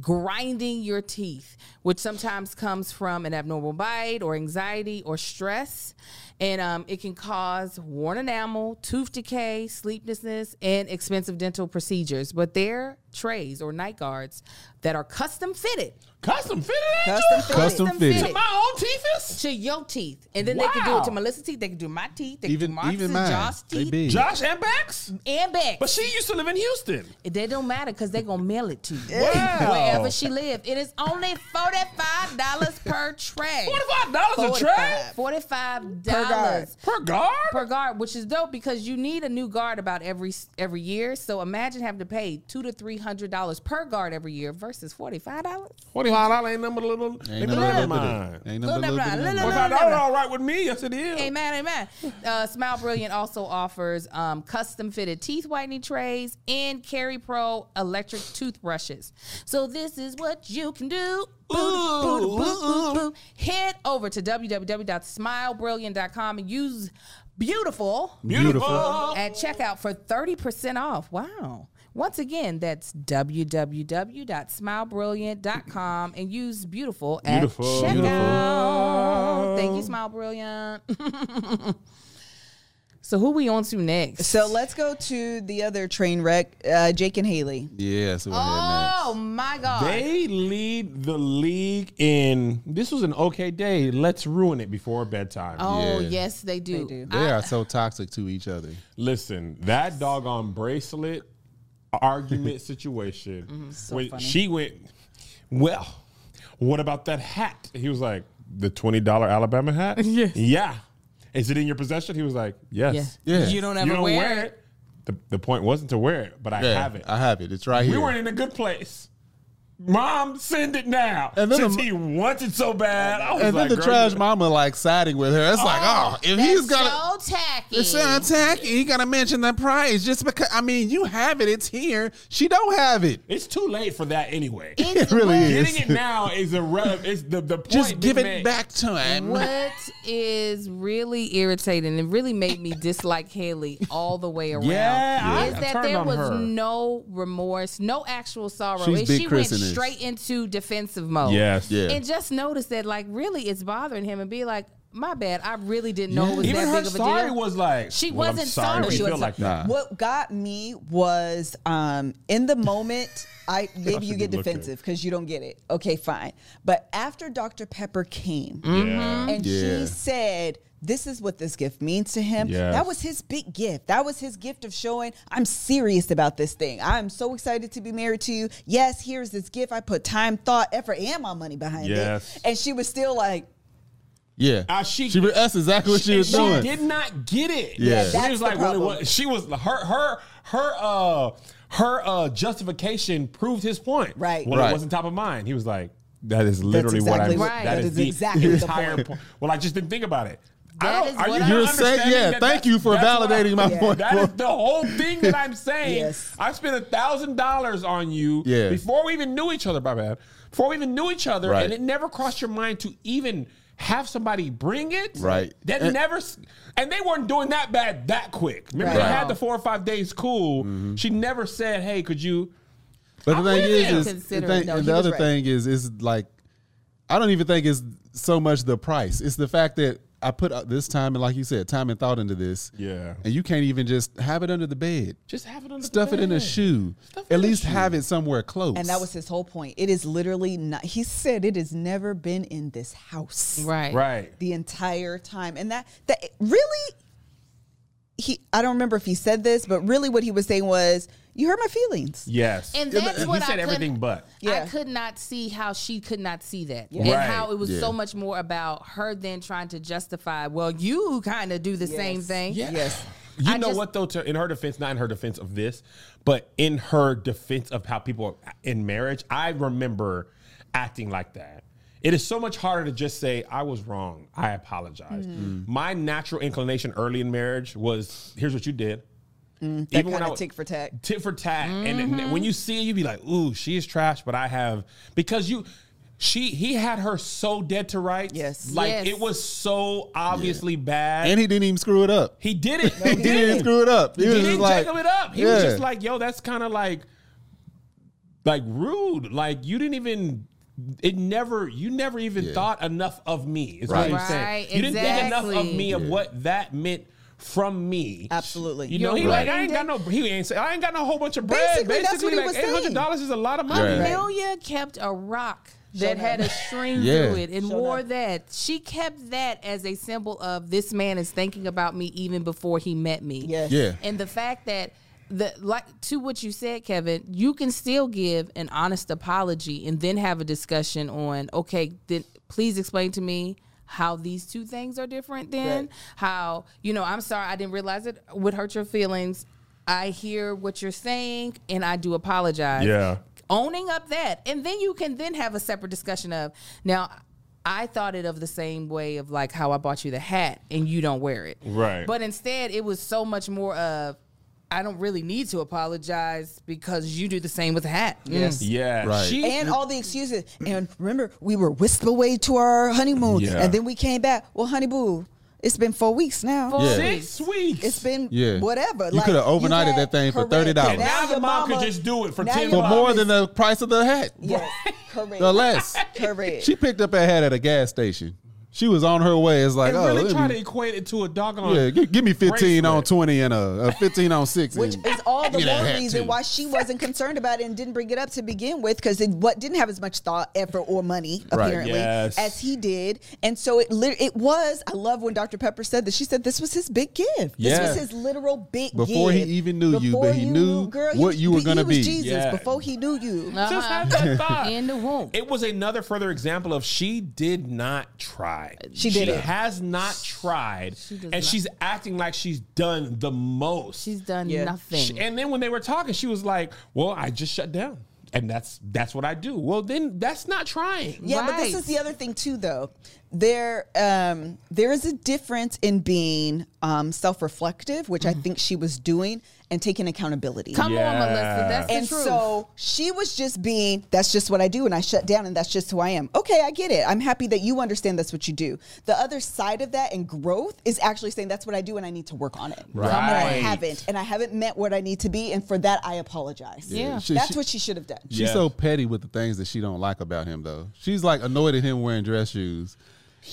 grinding your teeth which sometimes comes from an abnormal bite or anxiety or stress and um, it can cause worn enamel tooth decay sleeplessness and expensive dental procedures but their trays or night guards that are custom fitted Custom fitted ain't Custom you? fitted. Custom fitted. My own teeth is? to your teeth, and then they can do it to Wow. Melissa's teeth. They can do my teeth. They Even can do Marcus's, even mine. Josh's They teeth, big. Josh and Bex? and back. But she used to live in Houston. they don't matter because they gonna mail it to you Wow. wherever she lives. It is only forty five dollars per tray. $45 a tray? Forty five guard. dollars Per guard? per guard, which is dope because you need a new guard about every every year. So imagine having to pay two to three hundred dollars per guard every year versus forty five dollars. $45 ain't nothing but a little. Ain't Ain't nothing nothing but a but a little mine. bit. Ain't Little nothing but a little bit. bit. Little of bit. $45 all right with me? Yes, it is. Amen, amen. Uh, Smile Brilliant also offers um, custom fitted teeth whitening trays and Carry Pro electric toothbrushes. So this is what you can do. Boo, boo, boo, boo, boo. Head over to www.smilebrilliant.com and use beautiful Beautiful. at checkout for 30% off. Wow. Once again, that's www.smilebrilliant.com and use beautiful at Beautiful. checkout. Beautiful. Thank you, Smile Brilliant. <laughs> so who we on to next? So let's go to the other train wreck, uh, Jake and Haley. Yeah, so we're Oh my God. They lead the league in. This was an okay day. Let's ruin it before bedtime. oh, Yeah. yes, they do. do. Oh, next. They are so toxic to each other. Listen, that doggone bracelet <laughs> argument situation. Mm-hmm. when she went, well, what about that hat? He was like, the twenty dollar Alabama hat. <laughs> Yes. Yeah. Is it in your possession? He was like, yes. Yeah. Yeah. You don't ever you don't wear, wear it. it. The, the point wasn't to wear it, but I Yeah, have it. I have it. It's right we here. weren't in a good place. Mom, send it now. And then Since the- he wants it so bad. I was and like, then the girl, trash you- mama like siding with her. It's like, oh, if he's That's gonna so tacky. It's an attack. You gotta mention the price just because. I mean, you have it. It's here. She don't have it. It's too late for that <laughs> anyway. It really is. Getting it now is irrelevant. It's the the point. Just give being it made. back time. What is really irritating and really made me dislike Haley all the way around Yeah, is I- I that turned there on was her. no remorse, no actual sorrow. She's It- big she went Chris in this. straight into defensive mode. Yes. Yeah. And just notice that, like, really it's bothering him and be like, my bad, I really didn't know it was Even that her big of a sorry deal. was like She "Well, I'm wasn't sorry. sorry. She She feel was- like Nah. that. What got me was um, in the moment. <laughs> I maybe you get look at it. defensive because you don't get it. Okay, fine. But after Dr. Pepper came Mm-hmm. Mm-hmm. Yeah. and Yeah. she said, "This is what this gift means to him." Yes. That was his big gift. That was his gift of showing I'm serious about this thing. I'm so excited to be married to you. Yes, here's this gift. I put time, thought, effort, and my money behind Yes. it. And she was still like, Yeah, Uh, she- re- that's exactly what she, And was doing. did not get it. Yeah. Yeah, She that's was the like, well, it problem. was- she was her her her uh her uh justification proved his point. Right. Well, Right. it wasn't top of mind. He was like, that is literally what I. exactly- Right. That that is, is the exactly the entire point. point. Well, I just didn't think about it. I That don't- is are what you I- not You're saying- understanding yeah, that thank that's- you for that's what I- validating my Yeah. point, That is bro. the whole thing that I'm saying. <laughs> Yes. I spent a thousand dollars on you Yeah. before we even knew each other. My bad. Before we even knew each other, Right. and it never crossed your mind to even have somebody bring it. Right. That And- never, s- and they weren't doing that bad that quick. Remember, they Right. Mm-hmm. had the four or five days cool. She never said, "Hey, could you?" But the I thing wouldn't is, is the, consider it. thing, No, and he the was other right. thing is, is like, I don't even think it's so much the price. It's the fact that I put uh, this time and, like you said, time and thought into this. Yeah. and you can't even just have it under the bed. Just have it on the Stuff it in a bed. shoe. Stuff it At in a least shoe. have it somewhere close. and that was his whole point. It is literally not. He said it has never been in this house. Right. Right. the entire time and that that really he i don't remember if he said this but really what he was saying was You hurt my feelings. Yes. And Yeah, that's but what he I said couldn't- everything but. Yeah. I could not see how she could not see that, and Right. how it was Yeah. so much more about her than trying to justify. Well, you kind of do the same thing. Yeah. Yes. You I know just- what though? To, in her defense, not in her defense of this, but in her defense of how people are in marriage, I remember acting like that. It is so much harder to just say I was wrong. I apologize. Mm. My natural inclination early in marriage was, "Here's what you did." Mm. That Mm-hmm. when kind I of was- tick for tack. tit for tat. And, and when you see it, you be like, "Ooh, she is trash," but I have because you. She he had her so dead to rights. Yes. like Yes. it was so obviously bad. And he didn't even screw it up. He did it. <laughs> He didn't even screw it up. He, He was didn't just like, jiggle it up. He was Yeah. just like, yo, that's kind of like, like rude. Like you didn't even. It never. You never even thought enough of me. Is Right. what I'm saying. Right, You didn't think enough of exactly. me of what that meant from me. Absolutely. You know, You're he right. like I ain't got no. He ain't say I ain't got no whole bunch of bread. Basically, that's what he was like eight saying. hundred dollars is a lot of money. Right. Amelia kept a rock that Showed had up. a string Yeah. through it and Showed wore up. that. She kept that as a symbol of this man is thinking about me even before he met me. Yes. yeah. And the fact that the like to what you said, Kevin, you can still give an honest apology and then have a discussion on, okay, then please explain to me how these two things are different then. Right. How, you know, I'm sorry, I didn't realize it would hurt your feelings. I hear what you're saying and I do apologize Yeah. owning up that and then you can then have a separate discussion of now i thought it of the same way of like how i bought you the hat and you don't wear it Right. but instead it was so much more of i don't really need to apologize because you do the same with the hat Mm. yes Yeah. Right. She And all the excuses. And remember, we were whisked away to our honeymoon, Yeah. and then we came back. Well, honey boo, it's been four weeks now. Four Yeah. six weeks. It's been Yeah. whatever. You coulda overnighted had- that thing for correct. $30. And now your the mom could just do it for now 10 your For bucks. more mom than is- the price of the hat. <laughs> Yes, correct. <laughs> Or less. correct. She picked up that hat at a gas station. She was on her way. It's like, and oh, really let try me- to equate it to a doggone. yeah, gi- give me 15 on bracelet. 20 and a, a 15 on 6. which and is all the give me that more hat, reason too. why she wasn't concerned about it and didn't bring it up to begin with because it what didn't have as much thought effort or money Right. apparently Yes. as he did and so it lit- it was I love when Dr Pepper said that she said this was his big gift Yeah. this was his literal big Before he gift. even knew you, but he knew he what was- you were gonna he was be. Jesus Yeah. before he knew you Just have that thought. in the womb It was another further example of she did not try. She did She it. has not tried, does and not. she's acting like she's done the most. she's done Yeah. nothing She- and then when they were talking, she was like, "Well, I just shut down, and that's that's what I do." Well, then that's not trying. Yeah, but this Right. is the other thing too, though. There, um, there is a difference in being um, self-reflective, which I think she was doing, and taking accountability. Mm-hmm. come on Yeah. melissa that's the and truth so she was just being, that's just what I do, and I shut down, and that's just who I am. Okay, I get it. I'm happy that you understand that's what you do. The other side of that and growth is actually saying that's what I do, and I need to work on it. Right. And I haven't, and I haven't met what I need to be, and for that I apologize. Yeah. She- that's she- what she should have done. She's Yeah. so petty with the things that she don't like about him, though. She's like annoyed at him wearing dress shoes.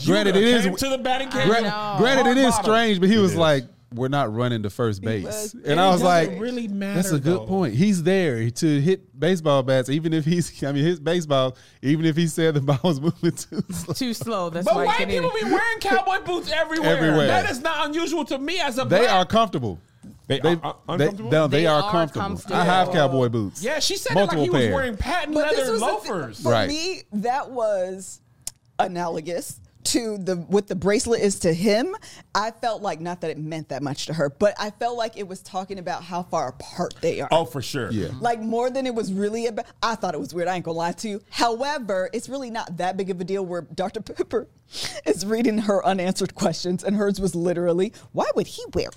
Granted, it You is came to the batting cage. gra- know. granted it is Bottom. strange, but he was is. like, "We're not running to first base," was- and I it was doesn't like, really matter, That's a good though." point. He's there to hit baseball bats, even if he's. <laughs> I mean, his baseball, even if he said the ball was moving too slow. too slow that's But why I white couldn't people even- be wearing cowboy boots everywhere. Everywhere. That is not unusual to me as a They black are comfortable. They They, are un- they, uncomfortable? no, they They are are comfortable. comfortable. I have cowboy boots. Yeah, she said Multiple it like he pair. was wearing patent But this leather was the thing- loafers. for Right. me, that was analogous to the what the bracelet is to him. I felt like not that it meant that much to her, but I felt like it was talking about how far apart they are. Oh, for sure. Yeah. Like more than it was really about. I thought it was weird. I ain't gonna lie to you. However, it's really not that big of a deal where Dr. Pepper <laughs> is reading her unanswered questions, and hers was literally, "Why would he wear?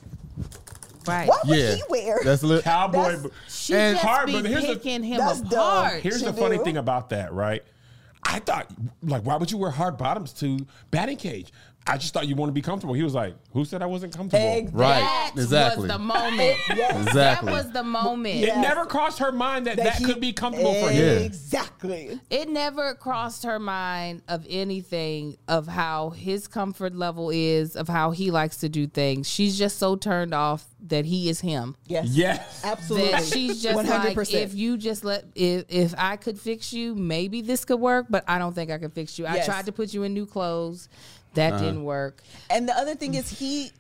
right Why would Yeah. he wear?" That's li- Cowboy That's- boots. she And just hard, be but here's the- picking him That's dumb. apart Here's She the funny do. thing about that, right? I thought, like, why would you wear hard bottoms to batting cage? I just thought you want to be comfortable. He was like, "Who said I wasn't comfortable?" Exactly. Right. That exactly. was the moment. Exactly. That was the moment. It never crossed her mind that that, he- could be comfortable for him. Yeah. Exactly. It never crossed her mind of anything of how his comfort level is, of how he likes to do things. She's just so turned off that he is him. Yes. Yes. Absolutely. That she's just like, if you just let, if, if I could fix you, maybe this could work, but I don't think I can fix you. I Yes. tried to put you in new clothes. Uh-huh. That didn't work. And the other thing is he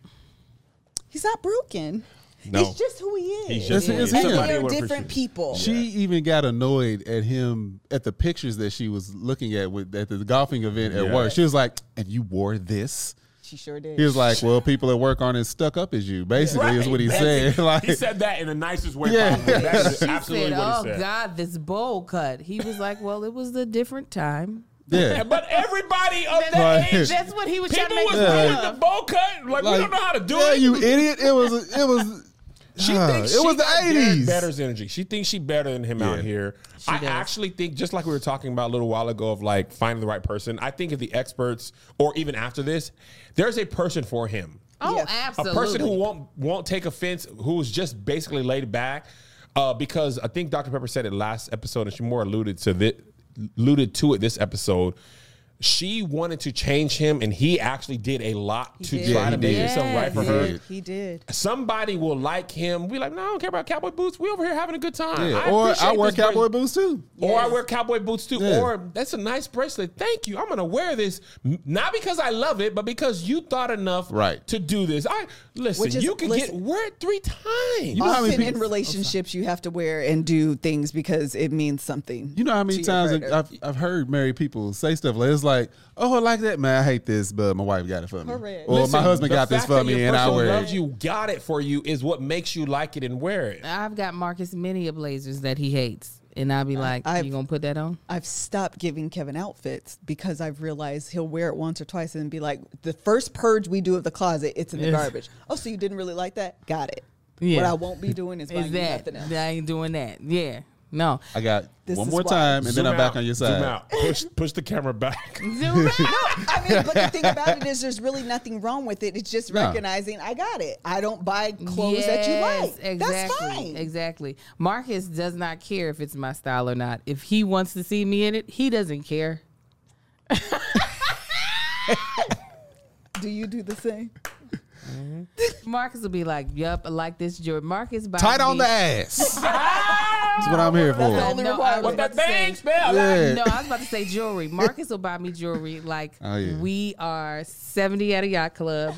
he's not broken. No. It's just who he is. He's just who he is. And Somebody they are would different appreciate it. people. She even got annoyed at him at the pictures that she was looking at with at the golfing event at Yeah. work. She was like, "And you wore this?" She sure did. He was like, "Well, people at work aren't as stuck up as you." Basically, is what he That's <laughs> it. said. like, he said that in the nicest way Yeah. possible. That is <laughs> She absolutely said, what "Oh he said. God, this bowl cut." He was like, "Well, it was a different time." yeah, But everybody of that Right. age, That's what he was trying to people make was fun doing of. the bowl cut. Like, we don't know how to do yeah, it. You idiot! It was it was. She Ah, thinks it she was the got Derek 80s. Better's energy. She thinks she better than him out Yeah. here. I does. actually think, just like we were talking about a little while ago, of like finding the right person. I think if the experts, or even after this, there's a person for him. Oh, Yes. absolutely. A person who won't won't take offense, who's just basically laid back, uh, because I think Dr. Pepper said it last episode, and she more alluded to that, alluded to it this episode. She wanted to change him, and he actually did a lot to did. try Yeah, to he make did. himself right for he her Did. He did. somebody will like him. We like, no, I don't care about cowboy boots. We over here having a good time. Yeah. or appreciate I wear this cowboy bracelet. boots too. Or I Yes. wear cowboy boots too. Yeah. Or that's a nice bracelet. Thank you. I'm gonna wear this m- not because I love it, but because you thought enough Right. to do this. I listen. Which is- you can listen. get wear it three times. You know how many Often in people- relationships, you have to wear and do things because it means something. You know how many to your times I've, partner. I've, I've heard married people say stuff like it's like, oh, I like that man. I hate this, but my wife got it for me, Correct. or Listen, my husband the got this fact for that me, your and I person wear loves it. you, got it for you, is what makes you like it and wear it. I've got Marcus many a blazers that he hates, and I'll be like, I've- "You gonna put that on?" I've stopped giving Kevin outfits because I've realized he'll wear it once or twice and be like, the first purge we do of the closet, it's in the Yes. garbage. Oh, so you didn't really like that? Got it. What Yeah. I won't be doing is buying Is you that? nothing else. I ain't doing that. Yeah, no. I got This one is more why. time, and Zoom then I'm back out. on your Zoom side. out. Push push the camera <laughs> back. Zoom out. I mean, but the thing about it is, there's really nothing wrong with it. It's just No. recognizing I got it. I don't buy clothes that you like. Yes, That's Exactly. fine. Exactly. Marcus does not care if it's my style or not. If he wants to see me in it, he doesn't care. Do you do the same? Marcus will be like, "Yup, I like this Jordan." Marcus buys Tight on me- the ass. That's what I'm here for. the Uh, only no, I requirement. was What about that to say- thing spell. <laughs> Yeah. No, I was about to say <laughs> jewelry. Marcus will buy me jewelry. Like Oh, yeah. we are seventy at a yacht club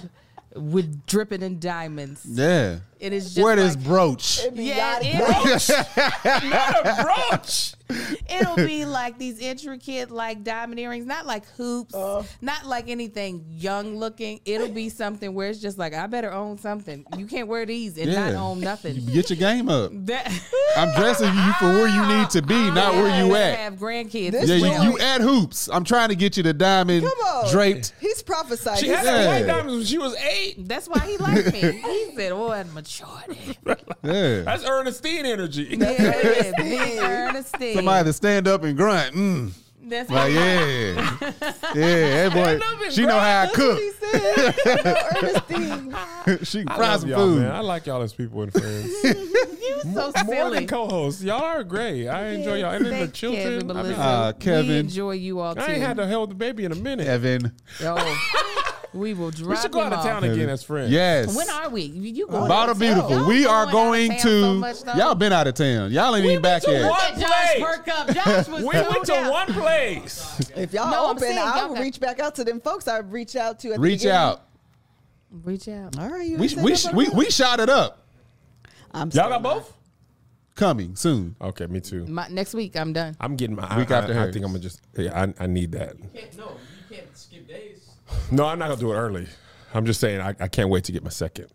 with dripping in diamonds. Yeah. It is just Wear this like- brooch. Yeah, Beyond- it, Not a brooch. <laughs> it'll be like these intricate like diamond earrings, not like hoops, not like anything young looking. It'll be something where it's just like I better own something. You can't wear these and not Yeah. own <laughs> nothing. Get your game up. That I'm dressing you for where you need to be, <laughs> not where you I at. Have grandkids. This Yeah, Well- you, you at hoops. I'm trying to get you the diamond Come on. draped. He's prophesying. She He's had Yeah. yeah. white diamonds when she was eight. That's why he liked me. He said, "Oh, that maturity." Yeah. That's Ernestine <laughs> energy. Yeah, yeah, big Ernestine. Somebody to stand up and grunt. Mm. That's Like, yeah. Yeah, that boy, up and she know how I That's cook. what he said. Ernestine. she can I fry love some y'all, food. man. I like y'all as people <laughs> and friends. you so More than silly. co-hosts, y'all are great. I enjoy y'all. And then the Thanks, Kevin, children. but I, mean, listen, Ah, Kevin. we enjoy you all too. I ain't had to hell with the baby in a minute. Evan. <laughs> Yo, we will drop we should go out him of town off. again as friends. Yes. When are we? You you going out Bottle of town? Beautiful. Y'all We are going going out of to. town so much, though. y'all been out of town. Y'all ain't even back to one- yet. Look at Josh place. perk up. <laughs> Josh was We went tuned to out. one place. <laughs> If y'all No, I'm open, saying y'all I'll got- reach back out to them folks. I reached out to. At the Reach beginning. out. Reach out. All right, you We, said we, that we, about we shot it up. that. I'm Y'all sorry. got both? Coming soon. Okay, me too. My, next week, I'm done. I'm getting my. Week I, after I, I hers. think I'm gonna just. Yeah, I, I need that. can't, no, you can't skip days. No, I'm not gonna do it early. I'm just saying I, I can't wait to get my second.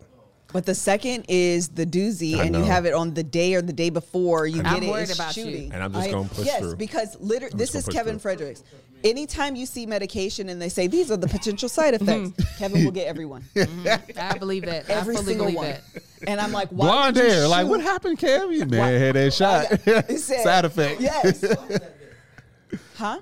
But the second is the doozy, I and you know. have it on the day or the day before you I'm get it. worried it's about you. shooting. And I'm just I- gonna push yes, through. because literally, this gonna is push Kevin through. Fredericks. Anytime you see medication and they say these are the potential side Mm-hmm. effects, Kevin will get everyone, <laughs> I believe <laughs> that. every I fully single believe one. that. And I'm like, why Blonde would you hair. Like, shoot what <laughs> happened, Kev? You man had that shot. It said- <laughs> Side <laughs> effect. Yes. huh?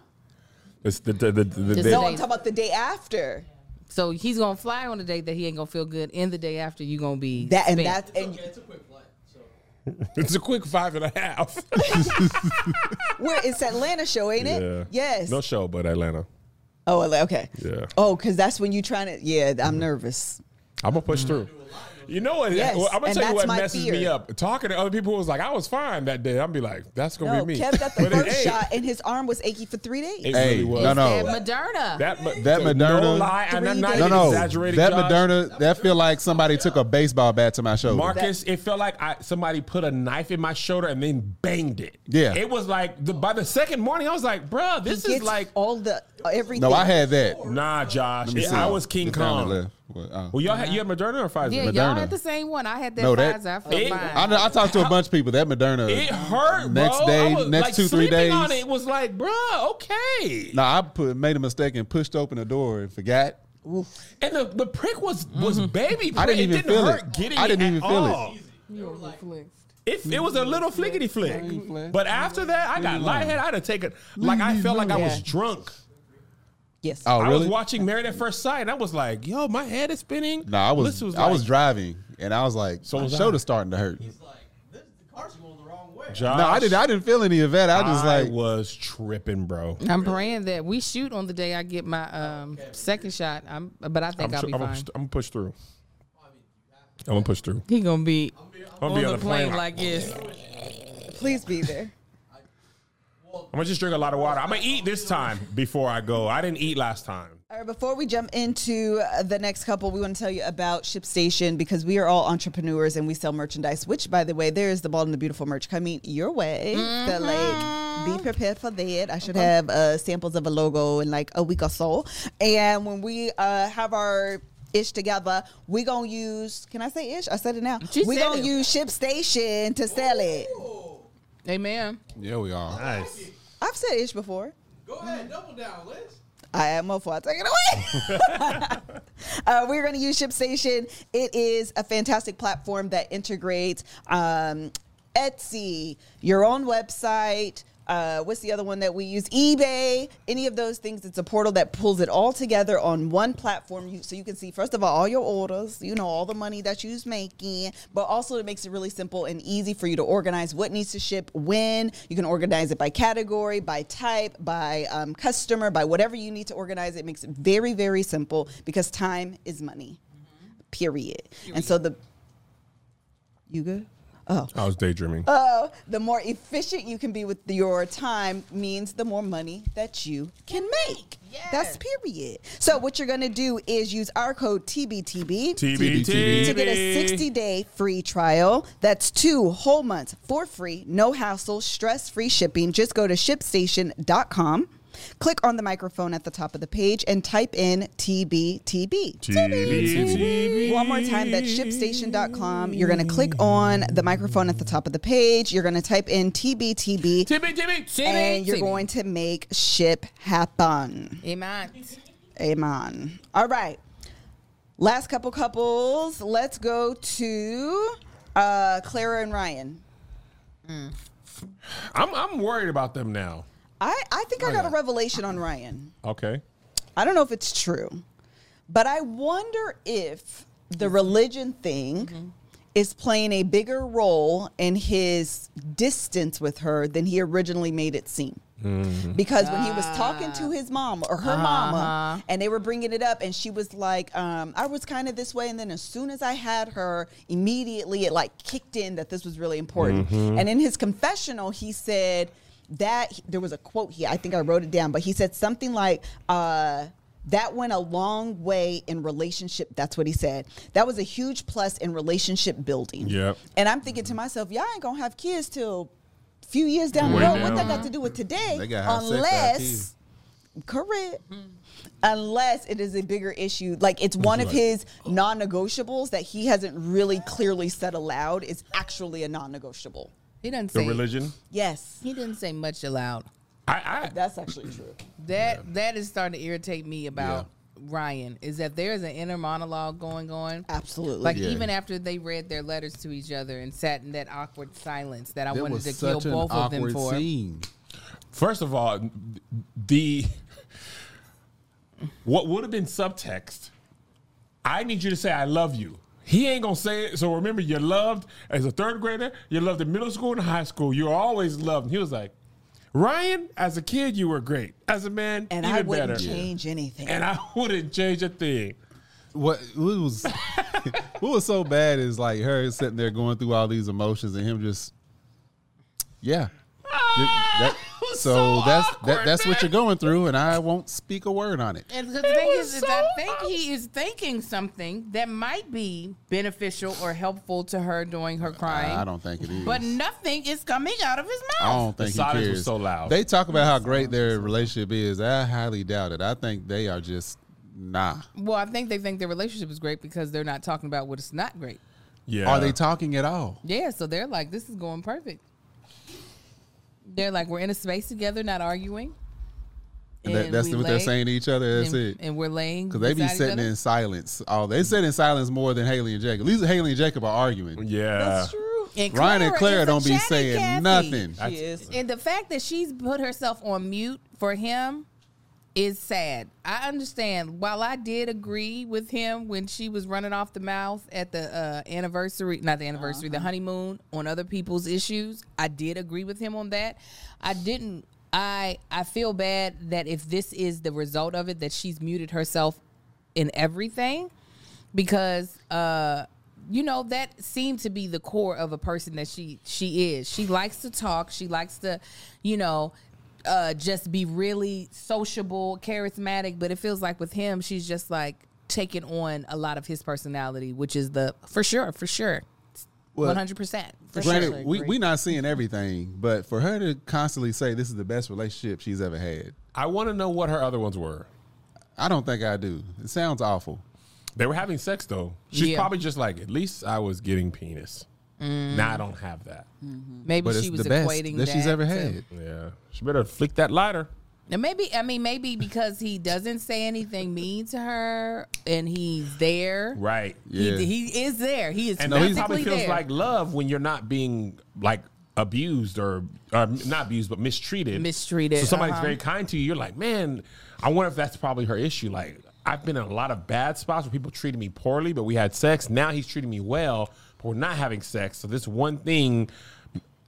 It's the the the, the, Just day. No, day- I'm talking about the day after So he's gonna fly on the day that he ain't gonna feel good, and the day after you gonna be that, and spent. that's and Okay, it's a quick flight. <laughs> So It's a quick five and a <laughs> half. where it's Atlanta show, ain't it? Yes. No show, but Atlanta. oh, Atla- okay. Yeah. Mm-hmm. Oh, because that's when you trying to. Yeah, I'm nervous. I'm gonna push through. You know what? Yes, well, I'm gonna and tell you that's what my messes me fear. up. Talking to other people who was like, I was fine that day. I'll be like, that's gonna No, be me. Kev got the But it first ain't. shot, and his arm was achy for three days. It Hey, really was. no, no. And Moderna. That mo- That No Moderna- lie, and I'm Three not days. No, even no, that exaggerating. Josh. Moderna, that feel like somebody took a baseball bat to my shoulder. Marcus, it felt like I somebody put a knife in my shoulder and then banged it. Yeah. it was like the, by the second morning, I was like, bruh, He this is gets like, all the uh, everything. no, I had that. nah, Josh. Let me It- see. I was King It's down to Kong. left. Well, uh, Well, y'all had, you had Moderna or Pfizer? yeah, y'all Moderna. had the same one. I had that No, that- Pfizer. I felt It- fine. I, know, I talked to a bunch of people. That Moderna. It hurt. Next bro. day, I was, next like, two, three sleeping days. on it was like, bruh, okay. No, I put made a mistake and pushed open the door and forgot. And the, the prick was was baby. Prick. Mm-hmm. I didn't even it didn't feel hurt it. getting I didn't it even at feel it. all. It, it was a little flickety flick. But after that, I got lightheaded. I had to take it. Like, I felt like I was Yeah. drunk. yes. Oh, I was really? watching Married at First Sight, and I was like, yo, my head is spinning. No, I was, Melissa I was like, driving and I was like, So my was I. shoulder's starting to hurt. He's like, this, the car's going the wrong way. Josh, No, I didn't. I didn't feel any of that. Uh, I just I like was tripping, bro. I'm praying that we shoot on the day I get my um, second shot. I'm, but I I'm, think i tr- will I'm, be gonna fine. st- I'm gonna push through. I'm gonna push through. he gonna be I'm on gonna be the on the plane. plane like- like this. Please be there. I'm gonna just drink a lot of water. I'm gonna eat this time before I go. I didn't eat last time. All right, before we jump into uh, the next couple, we want to tell you about ShipStation because we are all entrepreneurs and we sell merchandise, which, by the way, there is the Bald and the Beautiful merch coming your way. So, Mm-hmm. like, be prepared for that. I should have uh, samples of a logo in like a week or so. And when we uh, have our ish together, we going to use, can I say ish? I said it now. She we said going it. to use ShipStation to sell it. Amen. yeah, we are. Nice. I've said ish before. Go ahead, double down, Liz. I am up for it. Take it away. uh, we're going to use ShipStation. It is a fantastic platform that integrates um, Etsy, your own website. Uh, what's the other one that we use? eBay, any of those things. It's a portal that pulls it all together on one platform. You, so you can see, first of all, all your orders, you know, all the money that you're making, but also it makes it really simple and easy for you to organize what needs to ship when. You can organize it by category, by type, by um, customer, by whatever you need to organize. It makes it very, very simple because time is money, period. And so the. You good? Oh I was daydreaming. the more efficient you can be with your time means the more money that you can make. That's period. So what you're going to do is use our code TBTB TBT. to get a 60 day free trial. That's two whole months for free, no hassle, stress free shipping. Just go to shipstation.com. Click on the microphone at the top of the page and type in TBTB. One more time, that's shipstation.com. You're going to click on the microphone at the top of the page. You're going to type in TBTB Timmy, Timmy, and you're going to make ship happen. Amen. Amen. All right. Last couple couples. Let's go to uh, Clara and Ryan. I'm I'm worried about them now. I, I think I got a yeah. revelation on Ryan. Okay. I don't know if it's true, but I wonder if the religion thing is playing a bigger role in his distance with her than he originally made it seem. Mm-hmm. Because when he was talking to his mom or her mama, and they were bringing it up, and she was like, um, "I was kind of this way," and then as soon as I had her, immediately it like kicked in that this was really important. Mm-hmm. And in his confessional, he said that there was a quote here. I think I wrote it down, but he said something like, uh, that went a long way in relationship. That's what he said. That was a huge plus in relationship building. Yep. And I'm thinking to myself, y'all ain't gonna have kids till a few years down the Way road. What that down. got to do with today? They got high sex unless, correct. Unless it is a bigger issue, like it's one of right. his non-negotiables that he hasn't really clearly said aloud is actually a non-negotiable. He didn't The say. religion. Yes, He didn't say much aloud. I, that's actually true. That that is starting to irritate me about Ryan. Is that there is an inner monologue going on? Absolutely. Like Yeah. even after they read their letters to each other and sat in that awkward silence that I That wanted was to kill such an both of them awkward for. scene. I first of all, the what would have been subtext. I need you to say I love you. He ain't gonna say it. So remember, you're loved as a third grader. You're loved in middle school and high school. You're always loved. And he was like, Ryan, as a kid, you were great. As a man, and even I wouldn't better. <laughs> change anything. and I wouldn't change a thing. what what <laughs> was what was so bad is like her sitting there going through all these emotions and him just yeah. You- <laughs> that- so, that's that, that's what you're going through, and I won't speak a word on it. And 'cause the thing is, is I think he is thinking something that might be beneficial or helpful to her during her crying. I don't think it is. But nothing is coming out of his I mouth. don't think he silence cares. was so loud. They talk about how great their relationship is. I highly doubt it. I think they are just nah. Well, I think they think their relationship is great because they're not talking about what is not great. Yeah. Are they talking at all? Yeah, so they're like, this is going perfect. They're like, we're in a space together, not arguing. And that, that's we what they're lay- saying to each other. That's and, it. And we're laying Because they be beside each sitting other. in silence. Oh, they sit in silence more than Haley and Jacob. At least Haley and Jacob are arguing. Yeah. That's true. And Ryan and Clara is a don't be chatty saying Cathy. nothing. She is. And the fact that she's put herself on mute for him is sad. I understand. While I did agree with him when she was running off the mouth at the uh, anniversary, not the anniversary, the honeymoon on other people's issues, I did agree with him on that. I didn't. I I feel bad that if this is the result of it, that she's muted herself in everything because uh you know that seemed to be the core of a person that she she is she likes to talk she likes to you know uh just be really sociable charismatic but it feels like with him she's just like taking on a lot of his personality which is the for sure for sure 100% for Granted, sure we, we not seeing everything, but for her to constantly say this is the best relationship she's ever had, I want to know what her other ones were. I don't think I do. It sounds awful. They were having sex though. She's Yeah. Mm. probably just like, at least I was getting penis. Now I don't have that. maybe But she it's was the best equating that she's ever to- had. Yeah. She better flick that lighter. Now maybe I mean maybe because he doesn't say anything mean to her and he's there. Right. Yeah. He, he is there. He is And physically that probably feels there. like love when you're not being like abused or, or not abused but mistreated. Mistreated, So somebody's uh-huh. very kind to you. You're like, man, I wonder if that's probably her issue. Like, I've been in a lot of bad spots where people treated me poorly, but we had sex. Now he's treating me well, but we're not having sex. So this one thing,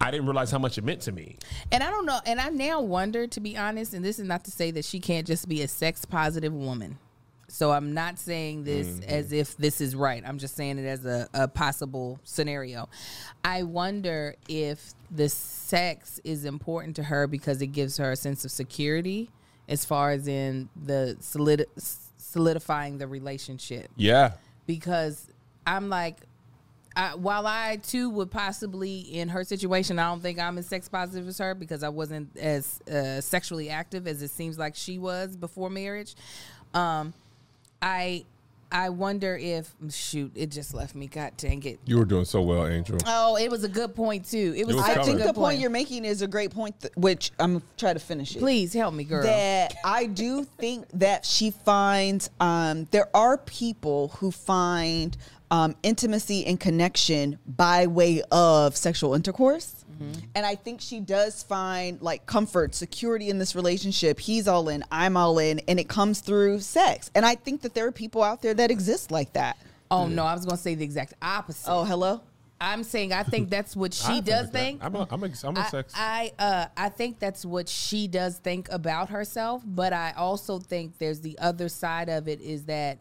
I didn't realize how much it meant to me. And I don't know. And I now wonder, to be honest, and this is not to say that she can't just be a sex positive woman. So I'm not saying this Mm-hmm. as if this is right. I'm just saying it as a, a possible scenario. I wonder if the sex is important to her because it gives her a sense of security as far as in the solid, solidifying the relationship Yeah. because I'm like, I, while I too would possibly in her situation, I don't think I'm as sex positive as her because I wasn't as uh, sexually active as it seems like she was before marriage. Um, I I wonder if shoot, it just left me. God dang it! You were doing so well, Angel. Oh, it was a good point too. It was. was such a I think good the point, you're making is a great point, th- which I'm trying to finish it. Please help me, girl. That I do think that she finds um, there are people who find um, intimacy and connection by way of sexual intercourse. And I think she does find like comfort, security in this relationship. He's all in, I'm all in, and it comes through sex. And I think that there are people out there that exist like that. oh no, I was gonna say the exact opposite. Oh, hello? I'm saying I think that's what she does think. I'm a, I'm a, I'm a I, sex. I uh I think that's what she does think about herself, but I also think there's the other side of it is that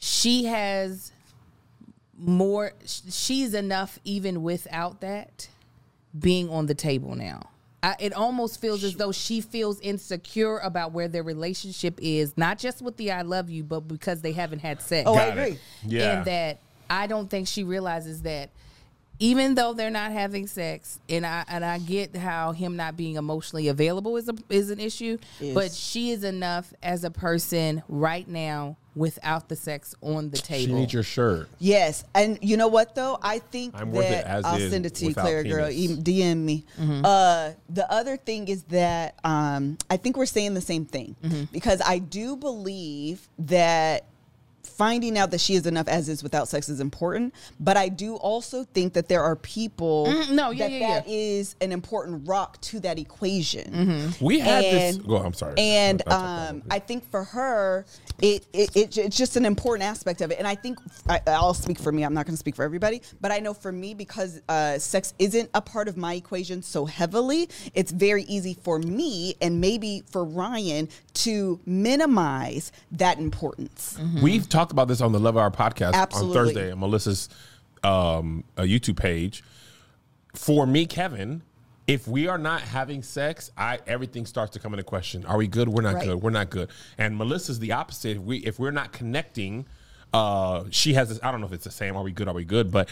she has more sh- she's enough even without that being on the table now. I, it almost feels as though she feels insecure about where their relationship is, not just with the I love you, but because they haven't had sex Oh, I Got it. agree. Yeah. and that I don't think she realizes that even though they're not having sex, and I and I get how him not being emotionally available is a, is an issue, Is. but she is enough as a person right now without the sex on the she table. needs your shirt. Yes, and you know what though? I think I'm worth it that as I'll is send it to you, without Claire girl. penis. E- DM me. Mm-hmm. Uh, the other thing is that um, I think we're saying the same thing Mm-hmm. because I do believe that finding out that she is enough as is without sex is important, but I do also think that there are people Mm-hmm. no, yeah, that yeah, yeah. that Mm-hmm. is an important rock to that equation. We had this. And- Go. I'm sorry. And I- I took that um, one. I think for her, it, it, it it's just an important aspect of it. And I think I, I'll speak for me. I'm not going to speak for everybody, but I know for me because uh, sex isn't a part of my equation so heavily. It's very easy for me and maybe for Ryan to minimize that importance. Mm-hmm. We've talked talked about this on the Love Hour podcast Mm-hmm. Absolutely. on Thursday on Melissa's um, uh, YouTube page. For me, Kevin, if we are not having sex, I everything starts to come into question. Are we good? We're not Right. good. We're not good. And Melissa's the opposite. If we if we're not connecting, uh, she has this. I don't know if it's the same. Are we good? Are we good? But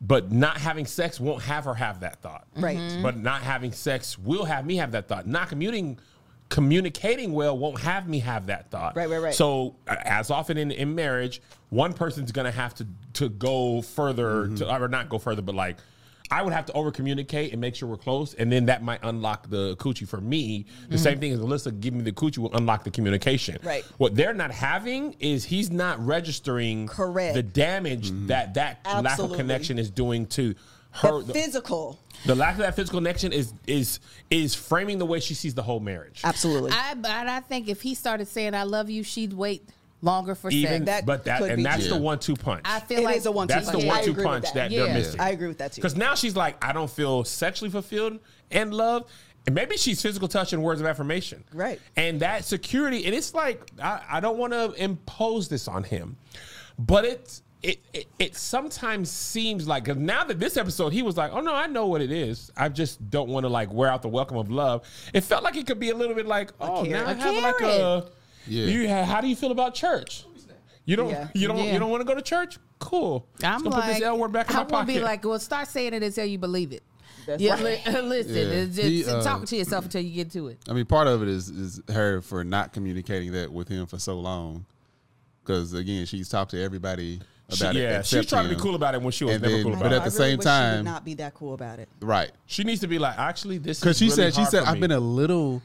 but not having sex won't have her have that thought. Right. Mhm. But not having sex will have me have that thought. Not commuting communicating well won't have me have that thought. Right, right, right. So uh, as often in, in marriage, one person's gonna have to to go further Mm-hmm. to or not go further, but like I would have to over communicate and make sure we're close, and then that might unlock the coochie for me. The same thing as Alyssa giving me the coochie will unlock the communication. Mm-hmm. Right. What they're not having is he's not registering Correct. Mm-hmm. the damage that that lack of Absolutely. connection is doing to her. The The, physical. the lack of that physical connection is is is framing the way she sees the whole marriage. Absolutely. I but I think if he started saying I love you, she'd wait longer for even sex. That but that could and be that's true. the one two punch. I feel It like is a one two that's the punch. one I two agree with punch that, that. they're Yeah. missing. I agree with that too. Because now she's like, I don't feel sexually fulfilled and love. And maybe she's physical touch and words of affirmation. Right. And that security, and it's like, I, I don't want to impose this on him, but it's. It, it it sometimes seems like 'cause now that this episode he was like oh no I know what it is I just don't want to like wear out the welcome of love it felt like it could be a little bit like oh carrot. now I A have like carrot. a Yeah. you ha- how do you feel about church you don't Yeah. you don't Yeah. you don't want to go to church cool I'm Just gonna like, put this L word back in I my will pocket be like, well, start saying it until you believe it. That's right. yeah, li- <laughs> listen, Yeah. it's just He, uh, talk to yourself until you get to it. I mean, part of it is is her for not communicating that with him for so long, because again, she's talked to everybody She- about it. yeah, she's except trying to be him. cool about it when she was And never then- cool I about know, but it. at I the really same wish she would time- not be that cool about it. right? She needs to be like, actually, this is Because she really said she hard said for I've me." been a little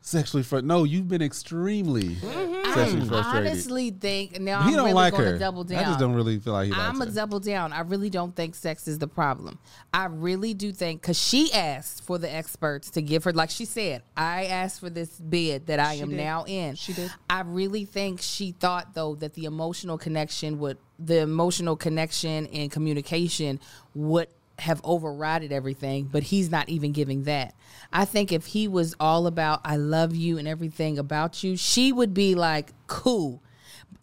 sexually frustrated. No, you've been extremely sexually frustrated. Honestly, think now he Mm-hmm. I'm don't really like gonna her. double down. I just don't really feel like he likes I'm a her. double down. I really don't think sex is the problem. I really do think because she asked for the experts to give her, like she said, I asked for this bid that I am did. now in. She did. I really think she thought though that the emotional connection would, the emotional connection and communication would have overrided everything, but he's not even giving that. I think if he was all about I love you and everything about you, she would be like, cool.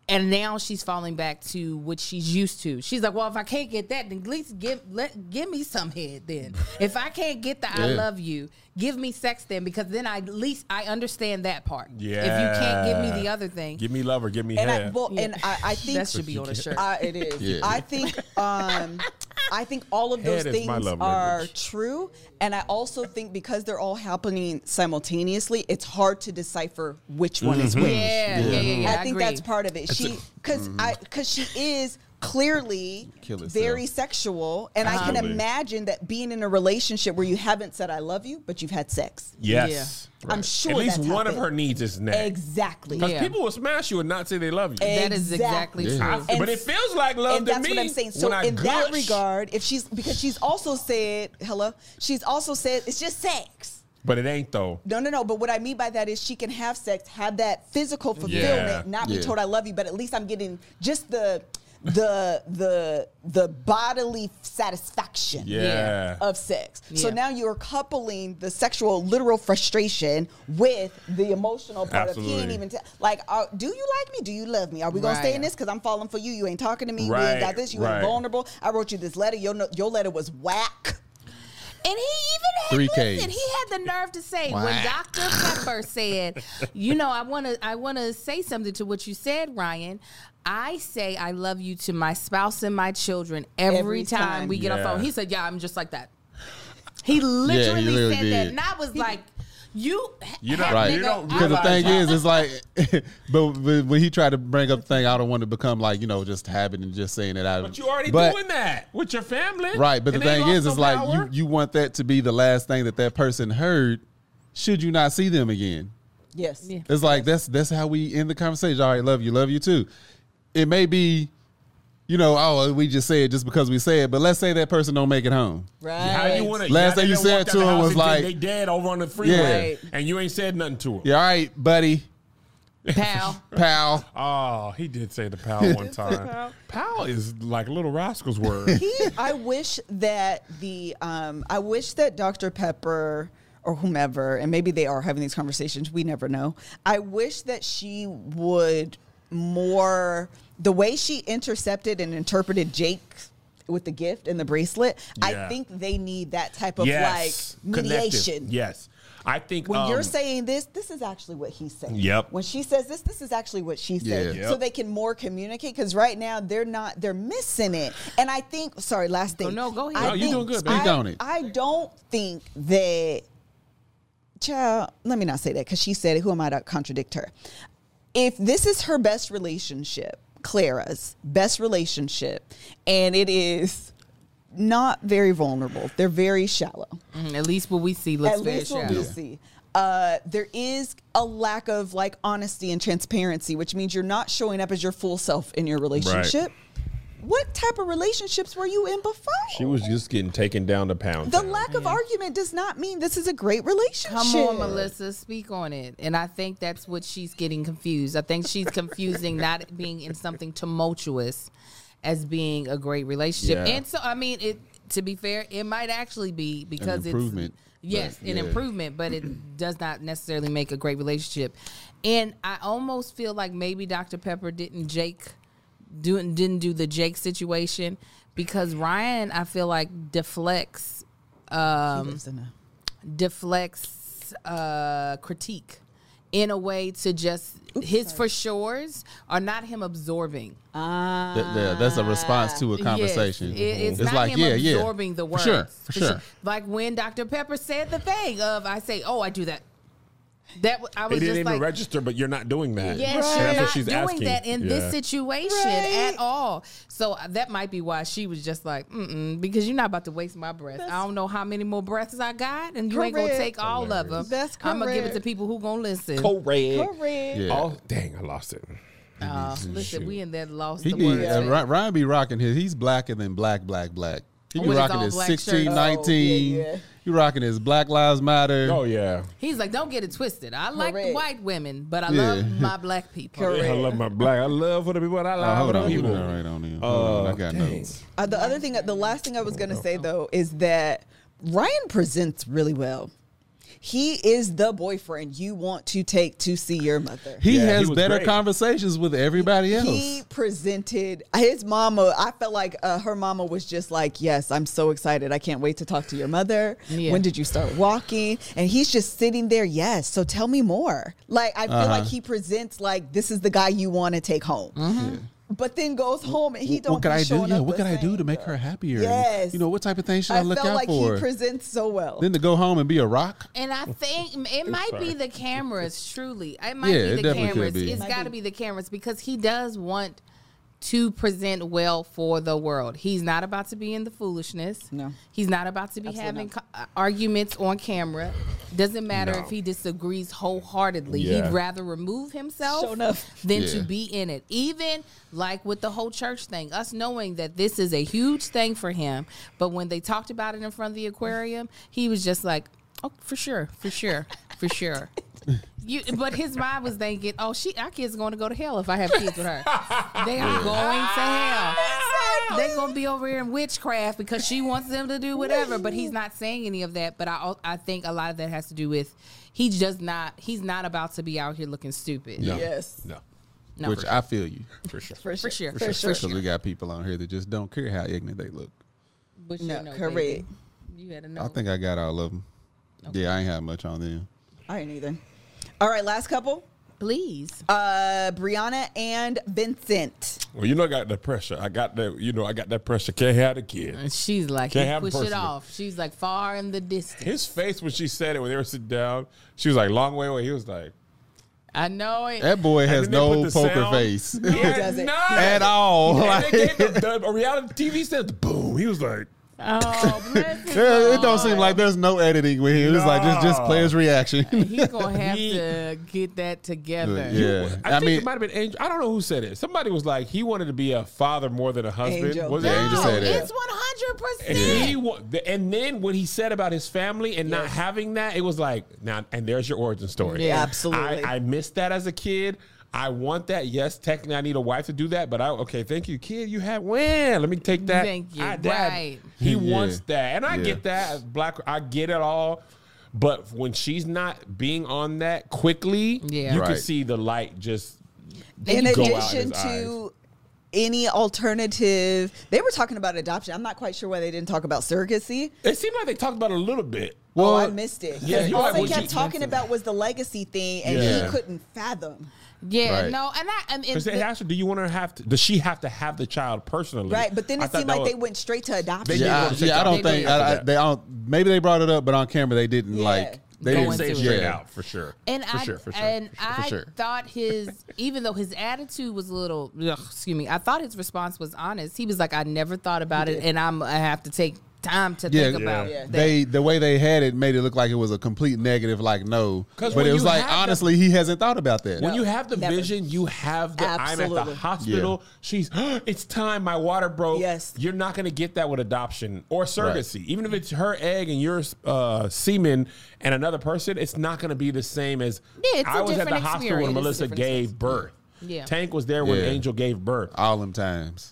And now she's falling back to what she's used to. She's like, "Well, if I can't get that, then at least give let give me some head. Then if I can't get the I Yeah. love you, give me sex then, because then I at least I understand that part. if you can't give Yeah. me the other thing, Give me love or give me And I, head. well, and I, I think that should be on a shirt. I, it is. Yeah. I think. Um, I think all of those Head is things my love are language. true, and I also think because they're all happening simultaneously, it's hard to decipher which one is Mm-hmm. which. yeah, yeah, yeah, yeah. I, think agree. that's part of it. She because I because she is clearly Kill herself. very sexual, and I can Absolutely. imagine that being in a relationship where you haven't said "I love you," but you've had sex. yes. I'm sure At least that's one of happened. her needs is next. Exactly. Because Yeah. people will smash you and not say they love you. Ex- That is exactly Exactly. true. Yeah. I- but and- it feels like love and to that's me what I'm saying. So when I in that gush. regard, if she's because she's also said hello, she's also said it's just sex. But it ain't though. No, no, no. But what I mean by that is she can have sex, have that physical fulfillment, Yeah. not Yeah. be told I love you, but at least I'm getting just the the the the bodily satisfaction Yeah. Yeah. of sex. So Yeah. now you're coupling the sexual literal frustration with the emotional part of he ain't Absolutely. even tell like are, do you like me? Do you love me? Are we gonna stay in Right. this? Cause I'm falling for you. You ain't talking to me. We ain't Right, got this. You right. ain't vulnerable. I wrote you this letter. Your no- your letter was whack. And he even Three had, listen, Ks. he had the nerve to say when Wow. Dr. Pepper said, "You know, I want to, I want to say something to what you said, Ryan. I say I love you to my spouse and my children every, Every time, time. we get on Yeah. phone." He said, "Yeah, I'm just like that." He literally, literally said that, did. and I was like, "You, You're not- Right. You nigga, don't I Because the was thing like- is, it's like, <laughs> but, <laughs> but when he tried to bring up the thing, I don't want to become like you know just habit and just saying it out. But you already But- doing that with your family. right? <laughs> But the And they thing lost is, no it's like power. you you want that to be the last thing that that person heard. Should you not see them again? Yes. Yeah. It's like that's that's how we end the conversation. All right, love you, love you too. It may be, you know, oh, we just say it just because we say it, but let's say that person don't make it home. Right. How you want Last thing you said to him was like- they dead over on the freeway, Yeah. and you ain't said nothing to him. Yeah, all right, buddy, <laughs> pal." pal. Oh, he did say the <laughs> pal one time. pal is like little rascal's word. he, I wish that the um, I wish that Dr. Pepper or whomever, and maybe they are having these conversations. We never know. I wish that she would more the way she intercepted and interpreted Jake with the gift and the bracelet. Yeah. I think they need that type of yes. like Connected. mediation. Yes. I think When you're um, saying this, this is actually what he's saying. Yep. When she says this, this is actually what she said. Yeah. Yep. So they can more communicate because right now they're not, they're missing it. And I think, sorry, last thing. Oh, no, go ahead. I No, you're think- doing good, I- Speak on it. I don't think that, child, let me not say that because she said it. Who am I to contradict her? If this is her best relationship, Clara's best relationship, and it is not very vulnerable, they're very shallow Mm, At least what we see looks at very least shallow. what we see. Uh, there is a lack of like honesty and transparency, which means you're not showing up as your full self in your relationship. What type of relationships were you in before? she was just getting taken down to pound. the town. lack of argument does not mean this is a great relationship. Come on, Melissa, speak on it. And I think that's what she's getting confused. I think she's confusing not <laughs> being in something tumultuous as being a great relationship. Yeah. And so, I mean, it to be fair, it might actually be because improvement, it's but yes, an yeah. improvement, but it does not necessarily make a great relationship. And I almost feel like maybe Dr. Pepper didn't Jake doing didn't do the Jake situation because Ryan, I feel like deflects Um, deflects uh, critique in a way to just his for sure's are not him absorbing. Uh, Th- yeah, that's a response to a conversation. Yes, it- it's, not him absorbing the For words. sure, for For sure. Like when Dr. Pepper said the thing of, I say, oh, I do that. That w- I It was didn't just even like, register, but you're not doing that. Yes, And you're that's not what she's doing asking. that in Yeah. this situation Right. at all. So uh, that might be why she was just like, Mm-mm, because you're not about to waste my breath. I don't know how many more breaths I got, and you ain't gonna Correct. take all of them. That's I'm gonna give it to correct. people who gonna listen. Correct. Correct. Yeah. Oh, dang, I lost it. Uh, listen, we in that lost He the be word. uh, Ry- Ryan be rocking his. He's blacker than black, black, black. He be With his rocking all his black 16, shirt. Oh, 19. yeah, yeah. He rocking his Black Lives Matter. Oh, yeah. He's like, don't get it twisted. I like the Correct. white women, but I Yeah. love my black people. Correct. I love my black. I love for the people. I Oh, love hold for on, the we people. all right on here. Uh, Hold on, I got dang. notes. Uh, the other thing, the last thing I was going Oh. to say though is that Ryan presents really well. He is the boyfriend you want to take to see your mother. He Yeah, he has was better great. conversations with everybody else. He presented his mama. I felt like uh, her mama was just like, "Yes, I'm so excited. I can't wait to talk to your mother. Yeah. When did you start walking?" And he's just sitting there. Yes, so tell me more. Like I feel Uh-huh. like he presents like this is the guy you want to take home, Mm-hmm. but then goes home and he don't. what could be I do? showing Yeah, up what the could I do same. to make her happier? And, Yes. You know, what type of things should I, I look felt out like for? he presents so well. then to go home and be a rock? And I think m- it might sorry. be the cameras, truly. It might Yeah, it be the definitely could cameras. be. It's got to be the cameras because he does want to present well for the world. He's not about to be in the foolishness. No. He's not about to be Absolutely having not. co- uh, arguments on camera. Doesn't matter No. if he disagrees wholeheartedly. Yeah. He'd rather remove himself Sure enough. than to Yeah. be in it. Even like with the whole church thing, us knowing that this is a huge thing for him, but when they talked about it in front of the aquarium, he was just like, "Oh, for sure, for sure, for <laughs> sure." You, but his mind was thinking, "Oh, she, our kids going to go to hell if I have kids with <laughs> her. They are going to hell. They're going to be over here in witchcraft because she wants them to do whatever." But he's not saying any of that. But I, al- I think a lot of that has to do with he does not. He's not about to be out here looking stupid. No. Yes. No. No, Which I feel you. For sure. <laughs> For sure, For for sure. Because we got people on here that just don't care how ignorant they look. But No, you know, correct. baby. You had a no. I think I got all of them. Yeah, I ain't have much on them. I ain't either. All right, last couple. Please. Uh Brianna and Vincent. Well, you know, I got the pressure. I got that. You know, I got that pressure. Can't have the kid. And she's like, Can't you have it push it personally. off. She's like, far in the distance. His face when she said it, when they were sitting down, she was like, "Long way away." He was like, I know it. That boy has And then they no put the poker sound. <laughs> face Yeah, doesn't. none. <laughs> at all. And Like, they <laughs> gave the, the- a reality TV said, "Boom." He was like, <laughs> Oh, bless his it heart. don't seem like there's no editing with him. It's like just just play his reaction. He's <laughs> going to have He- to get that together. yeah, I, I, think it mean, might have been Angel. I don't know who said it. Somebody was like, he wanted to be a father more than a husband. Angel. Was Yeah, it No, Angel said that. it's 100%. And he wa- the- and then what he said about his family and not having that, it was like now. And there's your origin story. Yeah. Absolutely. I, I missed that as a kid. I want that. Yes, technically, I need a wife to do that. But I okay, thank you, kid. You have when? Let me take that. Thank you. I, dad, Right. He Yeah. wants that, and I Yeah. get that. as Black, I get it all. But when she's not being on that quickly, Yeah. you can Right. see the light just in go out addition his to any alternative, they were talking about adoption. I'm not quite sure why they didn't talk about surrogacy. It seemed like they talked about it a little bit. oh, I Well, missed it. yeah, you're All right, they what you- kept talking about was the legacy thing, and Yeah. he couldn't fathom. Yeah, Right. no, and I and, and Because they the- asked her, do you want her to have to, does she have to have the child personally? Right, but then I it thought seemed that like was- they went straight to adoption. did yeah, go I, check yeah, I out. don't They think did after I, I, that. they don't. Maybe they brought it up, but on camera they didn't Yeah. like. They They Go didn't say it into straight it. out, for sure. And for I sure, for sure. and for I sure. thought his even though his attitude was a little ugh, excuse me, I thought his response was honest. He was like, "I never thought about it, and I'm I have to take time to Yeah, think about Yeah. that." They the way they had it made it look like it was a complete negative, like no. 'Cause But when it was you like have the- honestly, he hasn't thought about that. When you have the never. vision, you have the. I'm at the Absolutely. hospital. She's. it's time. My water broke. Yes. You're not going to get that with adoption or surrogacy. Right. Even if it's her egg and your uh, semen and another person, it's not going to be the same as. Yeah, it's a I was at the different hospital experience. when It's a Melissa different gave birth. Yeah. Tank was there when Yeah. Angel gave birth. all them times.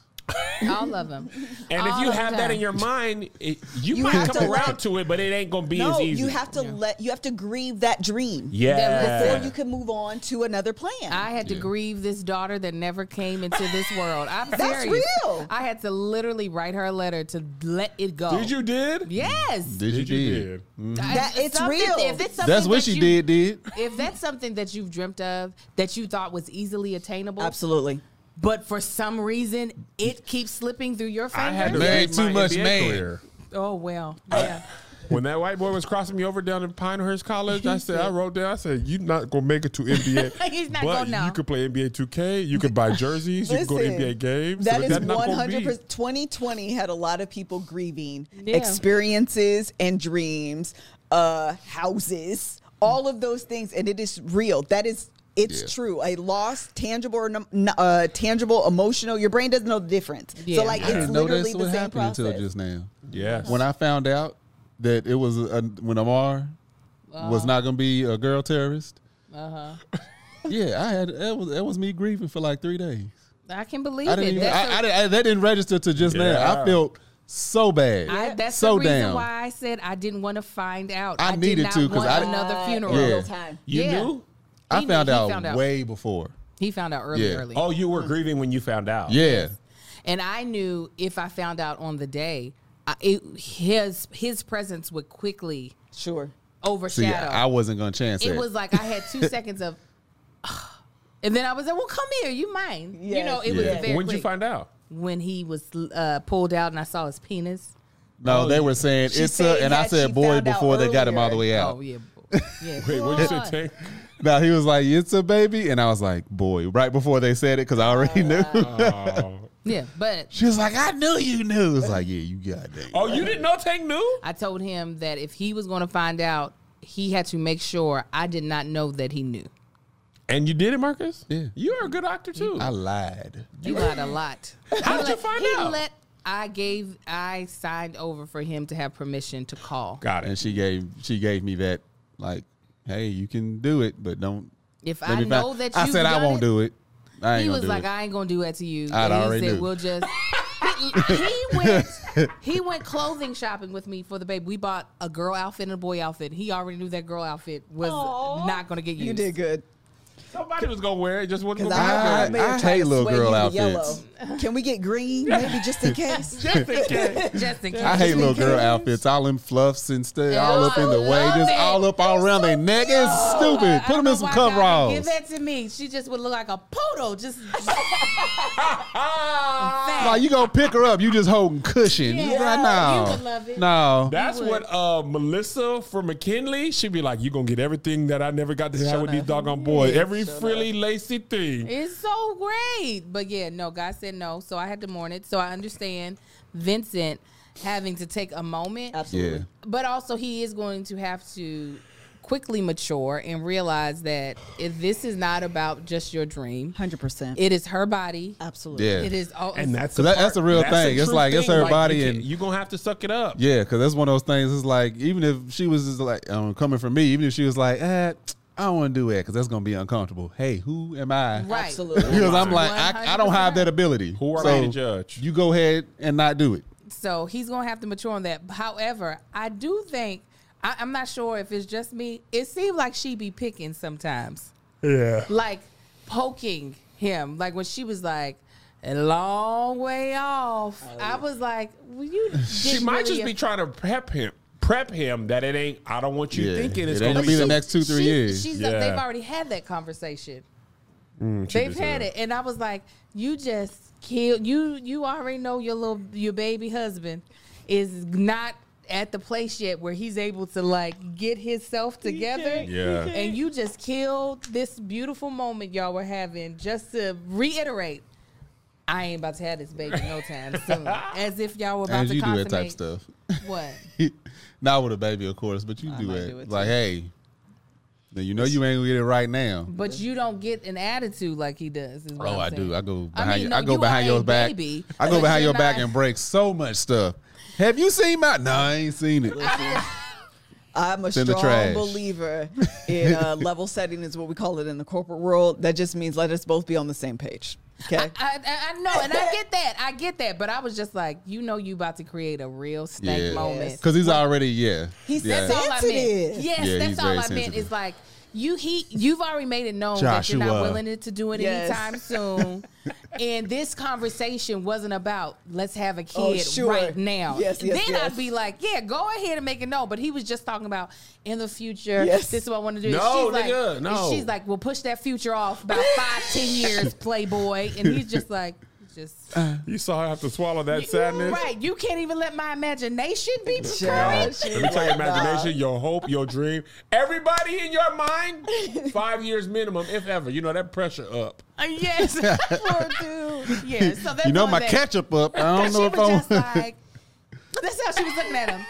All of them. And if All you of have that them. in your mind, it, you, You might have come to around let- to it, but it ain't going to be no, as easy. you have to let you have to grieve that dream. Yeah. Before you can move on to another plan. I had to grieve this daughter that never came into <laughs> this world. I'm That's serious. real. I had to literally write her a letter to let it go. Did you did? Yes. Did you did? I- That- it's something- real. if it's something That's what that she you- did. Did If that's something that you've dreamt of that you thought was easily attainable, Absolutely. but for some reason it keeps slipping through your fingers. I had to Man, read too my much NBA man. career. Oh well, yeah. When that white boy was crossing me over down in Pinehurst College, I said, I wrote down, I said, you're not going to make it <laughs> to NBA. He's not but gonna know. you could play NBA 2K. You could buy jerseys. you could go to Listen, NBA games. That So is that's not one gonna be- hundred percent. Twenty twenty had a lot of people grieving Yeah. experiences and dreams, uh, houses, all of those things, and it is real. That is. It's Yeah. true. A loss, tangible, or num- n- uh, tangible, emotional. Your brain doesn't know the difference. Yeah. So, like, I it's didn't know literally that's the what same happened process. until just now. Yes. When I found out that it was a, when Amar Uh-huh. was not going to be a girl terrorist. Uh huh. <laughs> Yeah, I had that was that was me grieving for like three days. I can believe I didn't it. even That's I, I a- didn't- I- that didn't register to just now. Yeah. I felt so bad, I- that's so the reason down. why I said I didn't want to find out. I did needed not to 'cause want I didn't- another Uh, funeral. in Yeah. real time. you Yeah. knew? I He- found, he out found out. way before. He found out early, Yeah. early, Oh, you were grieving when you found out. Yeah, and I knew if I found out on the day, I, it, his his presence would quickly Sure. see, overshadow. I, I wasn't going to chance it that. was like I had <laughs> two seconds of, and then I was like, "Well, come here, you mine." You Yes. know, it Yeah. was very When did you quick. find out? when he was uh, pulled out and I saw his penis. no, Oh, they yeah. were saying She it's said a, and I that said she boy found out before they got him all the earlier. way out. Oh yeah, <laughs> yeah. Wait, what did you say, Tank? No, he was like, "It's a baby," and I was like, "Boy!" Right before they said it, because I already knew. Oh. Yeah, but <laughs> she was like, "I knew you knew." It was like, "Yeah, you got that." oh, you didn't know Tank knew? I told him that if he was going to find out, he had to make sure I did not know that he knew. And you did it, Marcus? Yeah. You are a good actor, too. I lied. You lied a lot. How He did let- you find he out? Let, I gave, I signed over for him to have permission to call. got And it. she gave she gave me that like, "Hey, you can do it, but don't." If let I me know find-" that I you've said I done won't it- do it. I ain't he gonna was do like, it. "I ain't gonna do that to you." I'd and he already said, knew. "We'll <laughs> just." he, he went. He went clothing shopping with me for the baby. We bought a girl outfit and a boy outfit. He already knew that girl outfit was Aw. not gonna get used. You did good. Somebody was going to wear it. Just wasn't 'Cause going to I- I, I, wear may it. have I tried hate to little sway girl you to outfits. Yellow. Can we get green, maybe just <laughs> in case? Just in case. <laughs> Just in case. I hate little girl Because- outfits, all in fluffs and stuff, all up in the I way, love just it. all up all around their neck. It's I stupid. don't Put them know in some why God didn't coveralls. Give that to me. She just would look like a poodle. Just Nah, you gonna pick her up. You just holding cushion. Yeah. You like, no, You would love it. no. That's would. what uh, Melissa from McKinley. She'd be like, "You gonna get everything that I never got to have with these doggone boys. Every frilly, lacy thing." It's so great. But yeah, no, God said no. So I had to mourn it. So I understand Vincent having to take a moment. yeah, Absolutely. But also, he is going to have to quickly mature and realize that if this is not about just your dream. Hundred percent. It is her body. Absolutely. yeah, It is all. And that's So that- that's the a real the thing. It's true like, it's her body you and- you gonna have to suck it up. yeah. Because that's one of those things. It's like even if she was just like um, coming from me, even if she was like, eh, I don't want to do that because that's gonna be uncomfortable. Hey, who am I? Right. Absolutely. Because I'm like, I, I don't have that ability. Who are so we to judge? You go ahead and not do it. So he's gonna have to mature on that. However, I do think I, I'm not sure if it's just me. It seems like she be picking sometimes. Yeah. Like poking him. Like when she was like, a long way off. I was like, well, you She didn't might really just be trying to prep him, prep him that it ain't. I don't want you Yeah, thinking it it's ain't gonna gonna be. be the She- next two, three she- years. She's Yeah. they've already had that conversation. Mm, they've had it, and I was like, you just killed you. You already know your little your baby husband is not at the place yet where he's able to like get himself together. Yeah. And you just killed this beautiful moment y'all were having just to reiterate. I ain't about to have this baby no time <laughs> soon. As if y'all were about And to you do consummate that type stuff. What? <laughs> Not with a baby, of course, but you do might that. do it like, too. hey, now you know you ain't gonna get it right now. But you don't get an attitude like he does. Is what Oh, I'm I do. saying. I go behind. I mean, your- no, I go you behind are a your back. baby, I go but behind you're your back not- and break so much stuff. Have you seen my? No, I ain't seen it. I'm a in the trash. strong <laughs> believer in uh, level setting is what we call it in the corporate world. That just means let us both be on the same page. Okay. I, I, I know, and I get that. I get that. But I was just like, you know, you about to create a real stank moment. because he's already yeah. He's yeah. That's all I meant. Sensitive. Yes, Yeah, he's that's all I very meant. sensitive. Is like you he you've already made it known that you're not Joshua. willing to do it Yes. <laughs> anytime soon. and this conversation wasn't about let's have a kid Oh, sure. right now. Yes, yes, then yes. I'd be like, yeah, go ahead and make it known. But he was just talking about in the future. Yes. This is what I want to do. And No, she's nigga, like, no. and She's like, well, push that future off about <laughs> five, ten years, Playboy. And he's just like, <laughs> just You saw her have to swallow that You- sadness. Right. You can't even let my imagination be Y'all, current. let me tell you, imagination, your hope, your dream, everybody in your <laughs> mind, five years minimum, if ever. You know that pressure up. Uh, Yes, <laughs> poor dude. Yeah, so that's You know all my that. ketchup <laughs> up. I don't she know was just if I'm. <laughs> like, that's how she was looking at him.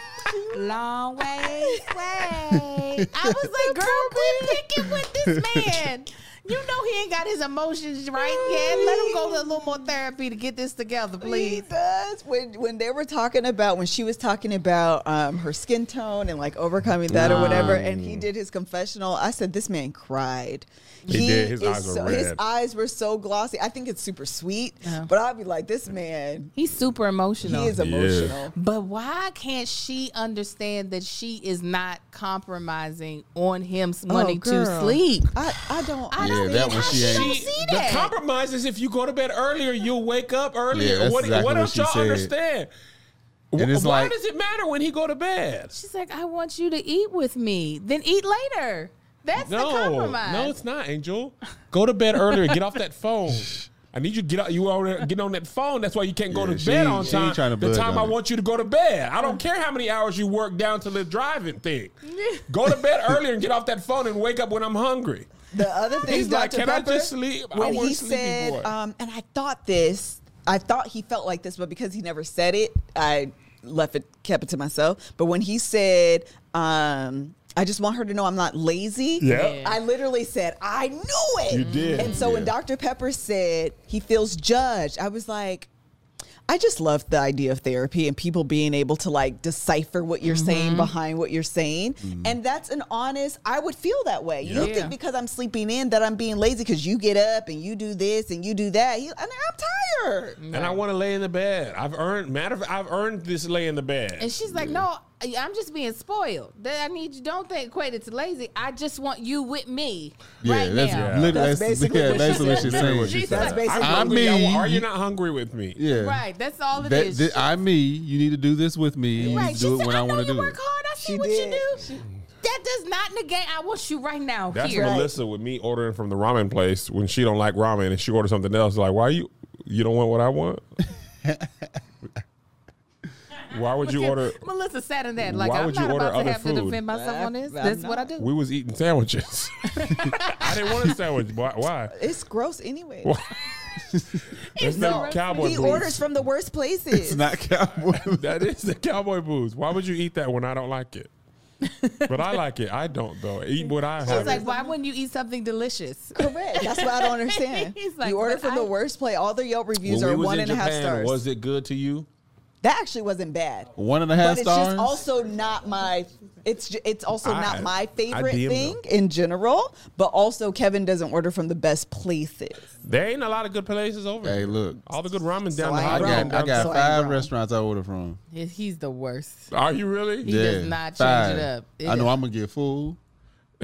Long way, way. I was like, girl, quit picking with <laughs> this man. You know he ain't got his emotions right yet. Let him go to a little more therapy to get this together, He <laughs> please. does. When when they were talking about when she was talking about um, her skin tone and like overcoming that or whatever, and Mm. he did his confessional. I said this man cried. He did. His eyes were so, His red. eyes were so glossy. I think it's super sweet, but I'd be like, this man, He's super he emotional. is emotional. But why can't she understand that she is not compromising on him wanting to girl. sleep? I, I don't. I I don't Yeah, that see one how she she ain't- don't She- see the that. compromise is if you go to bed earlier, you'll wake up earlier. Yeah, that's what exactly what what else she y'all said. understand? And Wh- it's Why like- does it matter when he go to bed? She's like, I want you to eat with me. Then eat later. That's the No, compromise. no, it's not, Angel. Go to bed earlier. Get off that phone. I need you to get out. You already get on that phone. That's why you can't go Yeah, to she bed ain't- on she ain't time. tryna the budge time on I it. want you to go to bed. I don't care how many hours you work down to the driving <laughs> thing. go to bed earlier and get off that phone and wake up when I'm hungry. The other thing, He's like, Dr. "Can I Pepper, just sleep? I When want he Sleepy said, Boy." um, and I thought this, I thought he felt like this, but because he never said it, I left it, kept it to myself. But when he said, um, I just want her to know I'm not lazy. Yeah. Yeah. I literally said, I knew it. You did. And so when Yeah. Dr. Pepper said he feels judged, I was like, I just love the idea of therapy and people being able to like decipher what you're saying behind what you're saying. And that's an honest, I would feel that way. You Yeah. think because I'm sleeping in that I'm being lazy because you get up and you do this and you do that. You, and I'm tired. And I want to lay in the bed. I've earned matter. Of, fact, I've earned this lay in the bed. And she's like, no, I- I'm just being spoiled. That I need you. Don't think equate it to lazy. I just want you with me Yeah, right that's, now. literally- That's that's- basically yeah, what she basically what said. she's saying. What she She's like- That's basically I'm I hungry. Y'all- mean- are you not hungry with me? Yeah, Right. That's all it That, is. that- I'm me. You need to do this with me. and You right. need She to do it said, when I, I, know want to you do work it. hard. I see She what did. you do. that does not negate. I want you right now That's here. Melissa with me ordering from the ramen place when she don't like ramen and she orders something else. Like, why you you don't want what I <laughs> want? why would you Yeah, order? Melissa sat in that like Why I'm would you not order about to other have food? to defend myself I'm- on this. I'm That's what I not. do. We was eating sandwiches. <laughs> I didn't want a sandwich. Why? why? It's gross anyway. That's the gross. cowboy he boots. orders from the worst places. It's not cowboy. that is the cowboy boots. Why would you eat that when I don't like it? But I like it. I don't though. Eat what I She's have. like, why wouldn't you eat something delicious? <laughs> Correct. That's what I don't understand. He's like, you order but from I- the worst place. All their Yelp reviews are one and a half stars. was it good to you? that actually wasn't bad. One and a half but it's stars. just also not my it's ju- it's also I- not my favorite I DM thing them. in general but also kevin doesn't order from the best places There ain't a lot of good places over. Hey, here. look. all the good ramen down So the I I ain't down got wrong. I down- got So I ain't five wrong. restaurants I order from. Yeah, He's the worst. Are you really? He does not change it up. It I know is- <laughs> I'm gonna get full.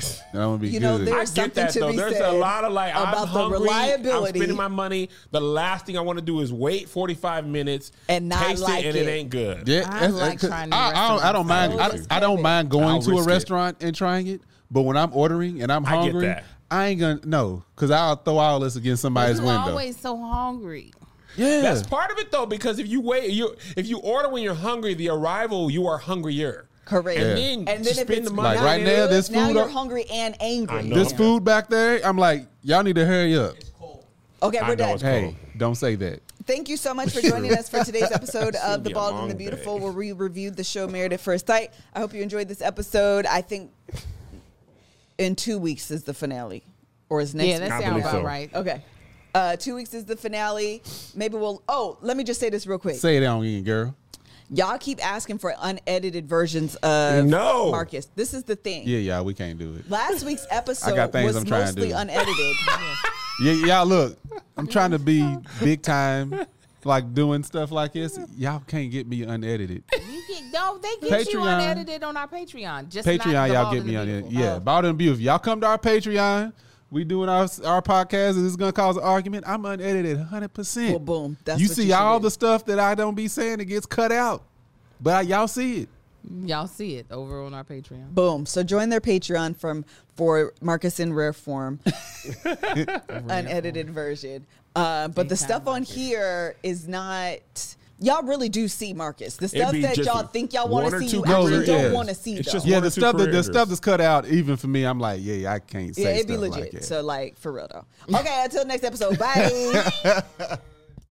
And I'm gonna be You know, good. there- I There's get something that to though. be There's a said lot of like I'm about the hungry, I'm reliability. spending my money. The last thing I want to do is wait 45 minutes And not taste like it, and it, it. ain't good. yeah, I that's- like that's- trying new I, I don't, I restaurants. don't mind. I I, always I don't have it. mind I'll going to a risk it. restaurant and trying it, but when I'm ordering and I'm I get hungry, I, that. ain't gonna no, because I'll throw all this against somebody's you window. always so hungry. yeah, That's part of it though, because if you wait, you if you order when you're hungry, the arrival you are hungrier. Correct. And Yeah. then And you then if spend it's the money. not Like, right now, good, this now food you're up- hungry and angry. I know. this Yeah. food back there. I'm like, y'all need to hurry up. Okay, I we're know done. it's Hey, don't say that. Thank you so much <laughs> for joining us for today's episode gonna of The be a Bald and the long Beautiful, day. where we reviewed the show Married at First Sight. I hope you enjoyed this episode. I think in two weeks is the finale, or is next yeah, week. that I sounds believe about so. right. Okay. Uh, two weeks is the finale. Maybe we'll. Oh, let me just say this real quick. Say it on again, girl. Y'all keep asking for unedited versions of No. Marcus. This is the thing. Yeah, y'all, we can't do it. Last <laughs> week's episode got things was I'm trying to mostly do. unedited. <laughs> Yeah, y'all look, I'm trying to be big time, like doing stuff like this. Y'all can't get me unedited. You get, no, they get you Patreon. unedited on our Patreon. Just not Patreon, the y'all Bald get and me the unedited. Beautiful. Yeah, Oh. Bald and Beautiful. Y'all come to our Patreon. We doing our our podcast, and it's gonna cause an argument. I'm unedited, hundred percent. Well, boom. That's you what see you should all do. the stuff that I don't be saying, it gets cut out, but I, y'all see it. Y'all see it over on our Patreon. Boom. So join their Patreon from for Marcus in rare <laughs> form, unedited version. Uh, but the Daytime stuff on here is not. Y'all really do see Marcus. The stuff be that just y'all think y'all want one to or see, two you actually careers. don't Yeah. want to see. It's though. just Yeah, One or the two stuff that the creators. stuff that's cut out, even for me, I'm like, yeah, I can't say yeah, it'd be stuff like legit. that. <laughs> so like for real though. Okay, until next episode. Bye.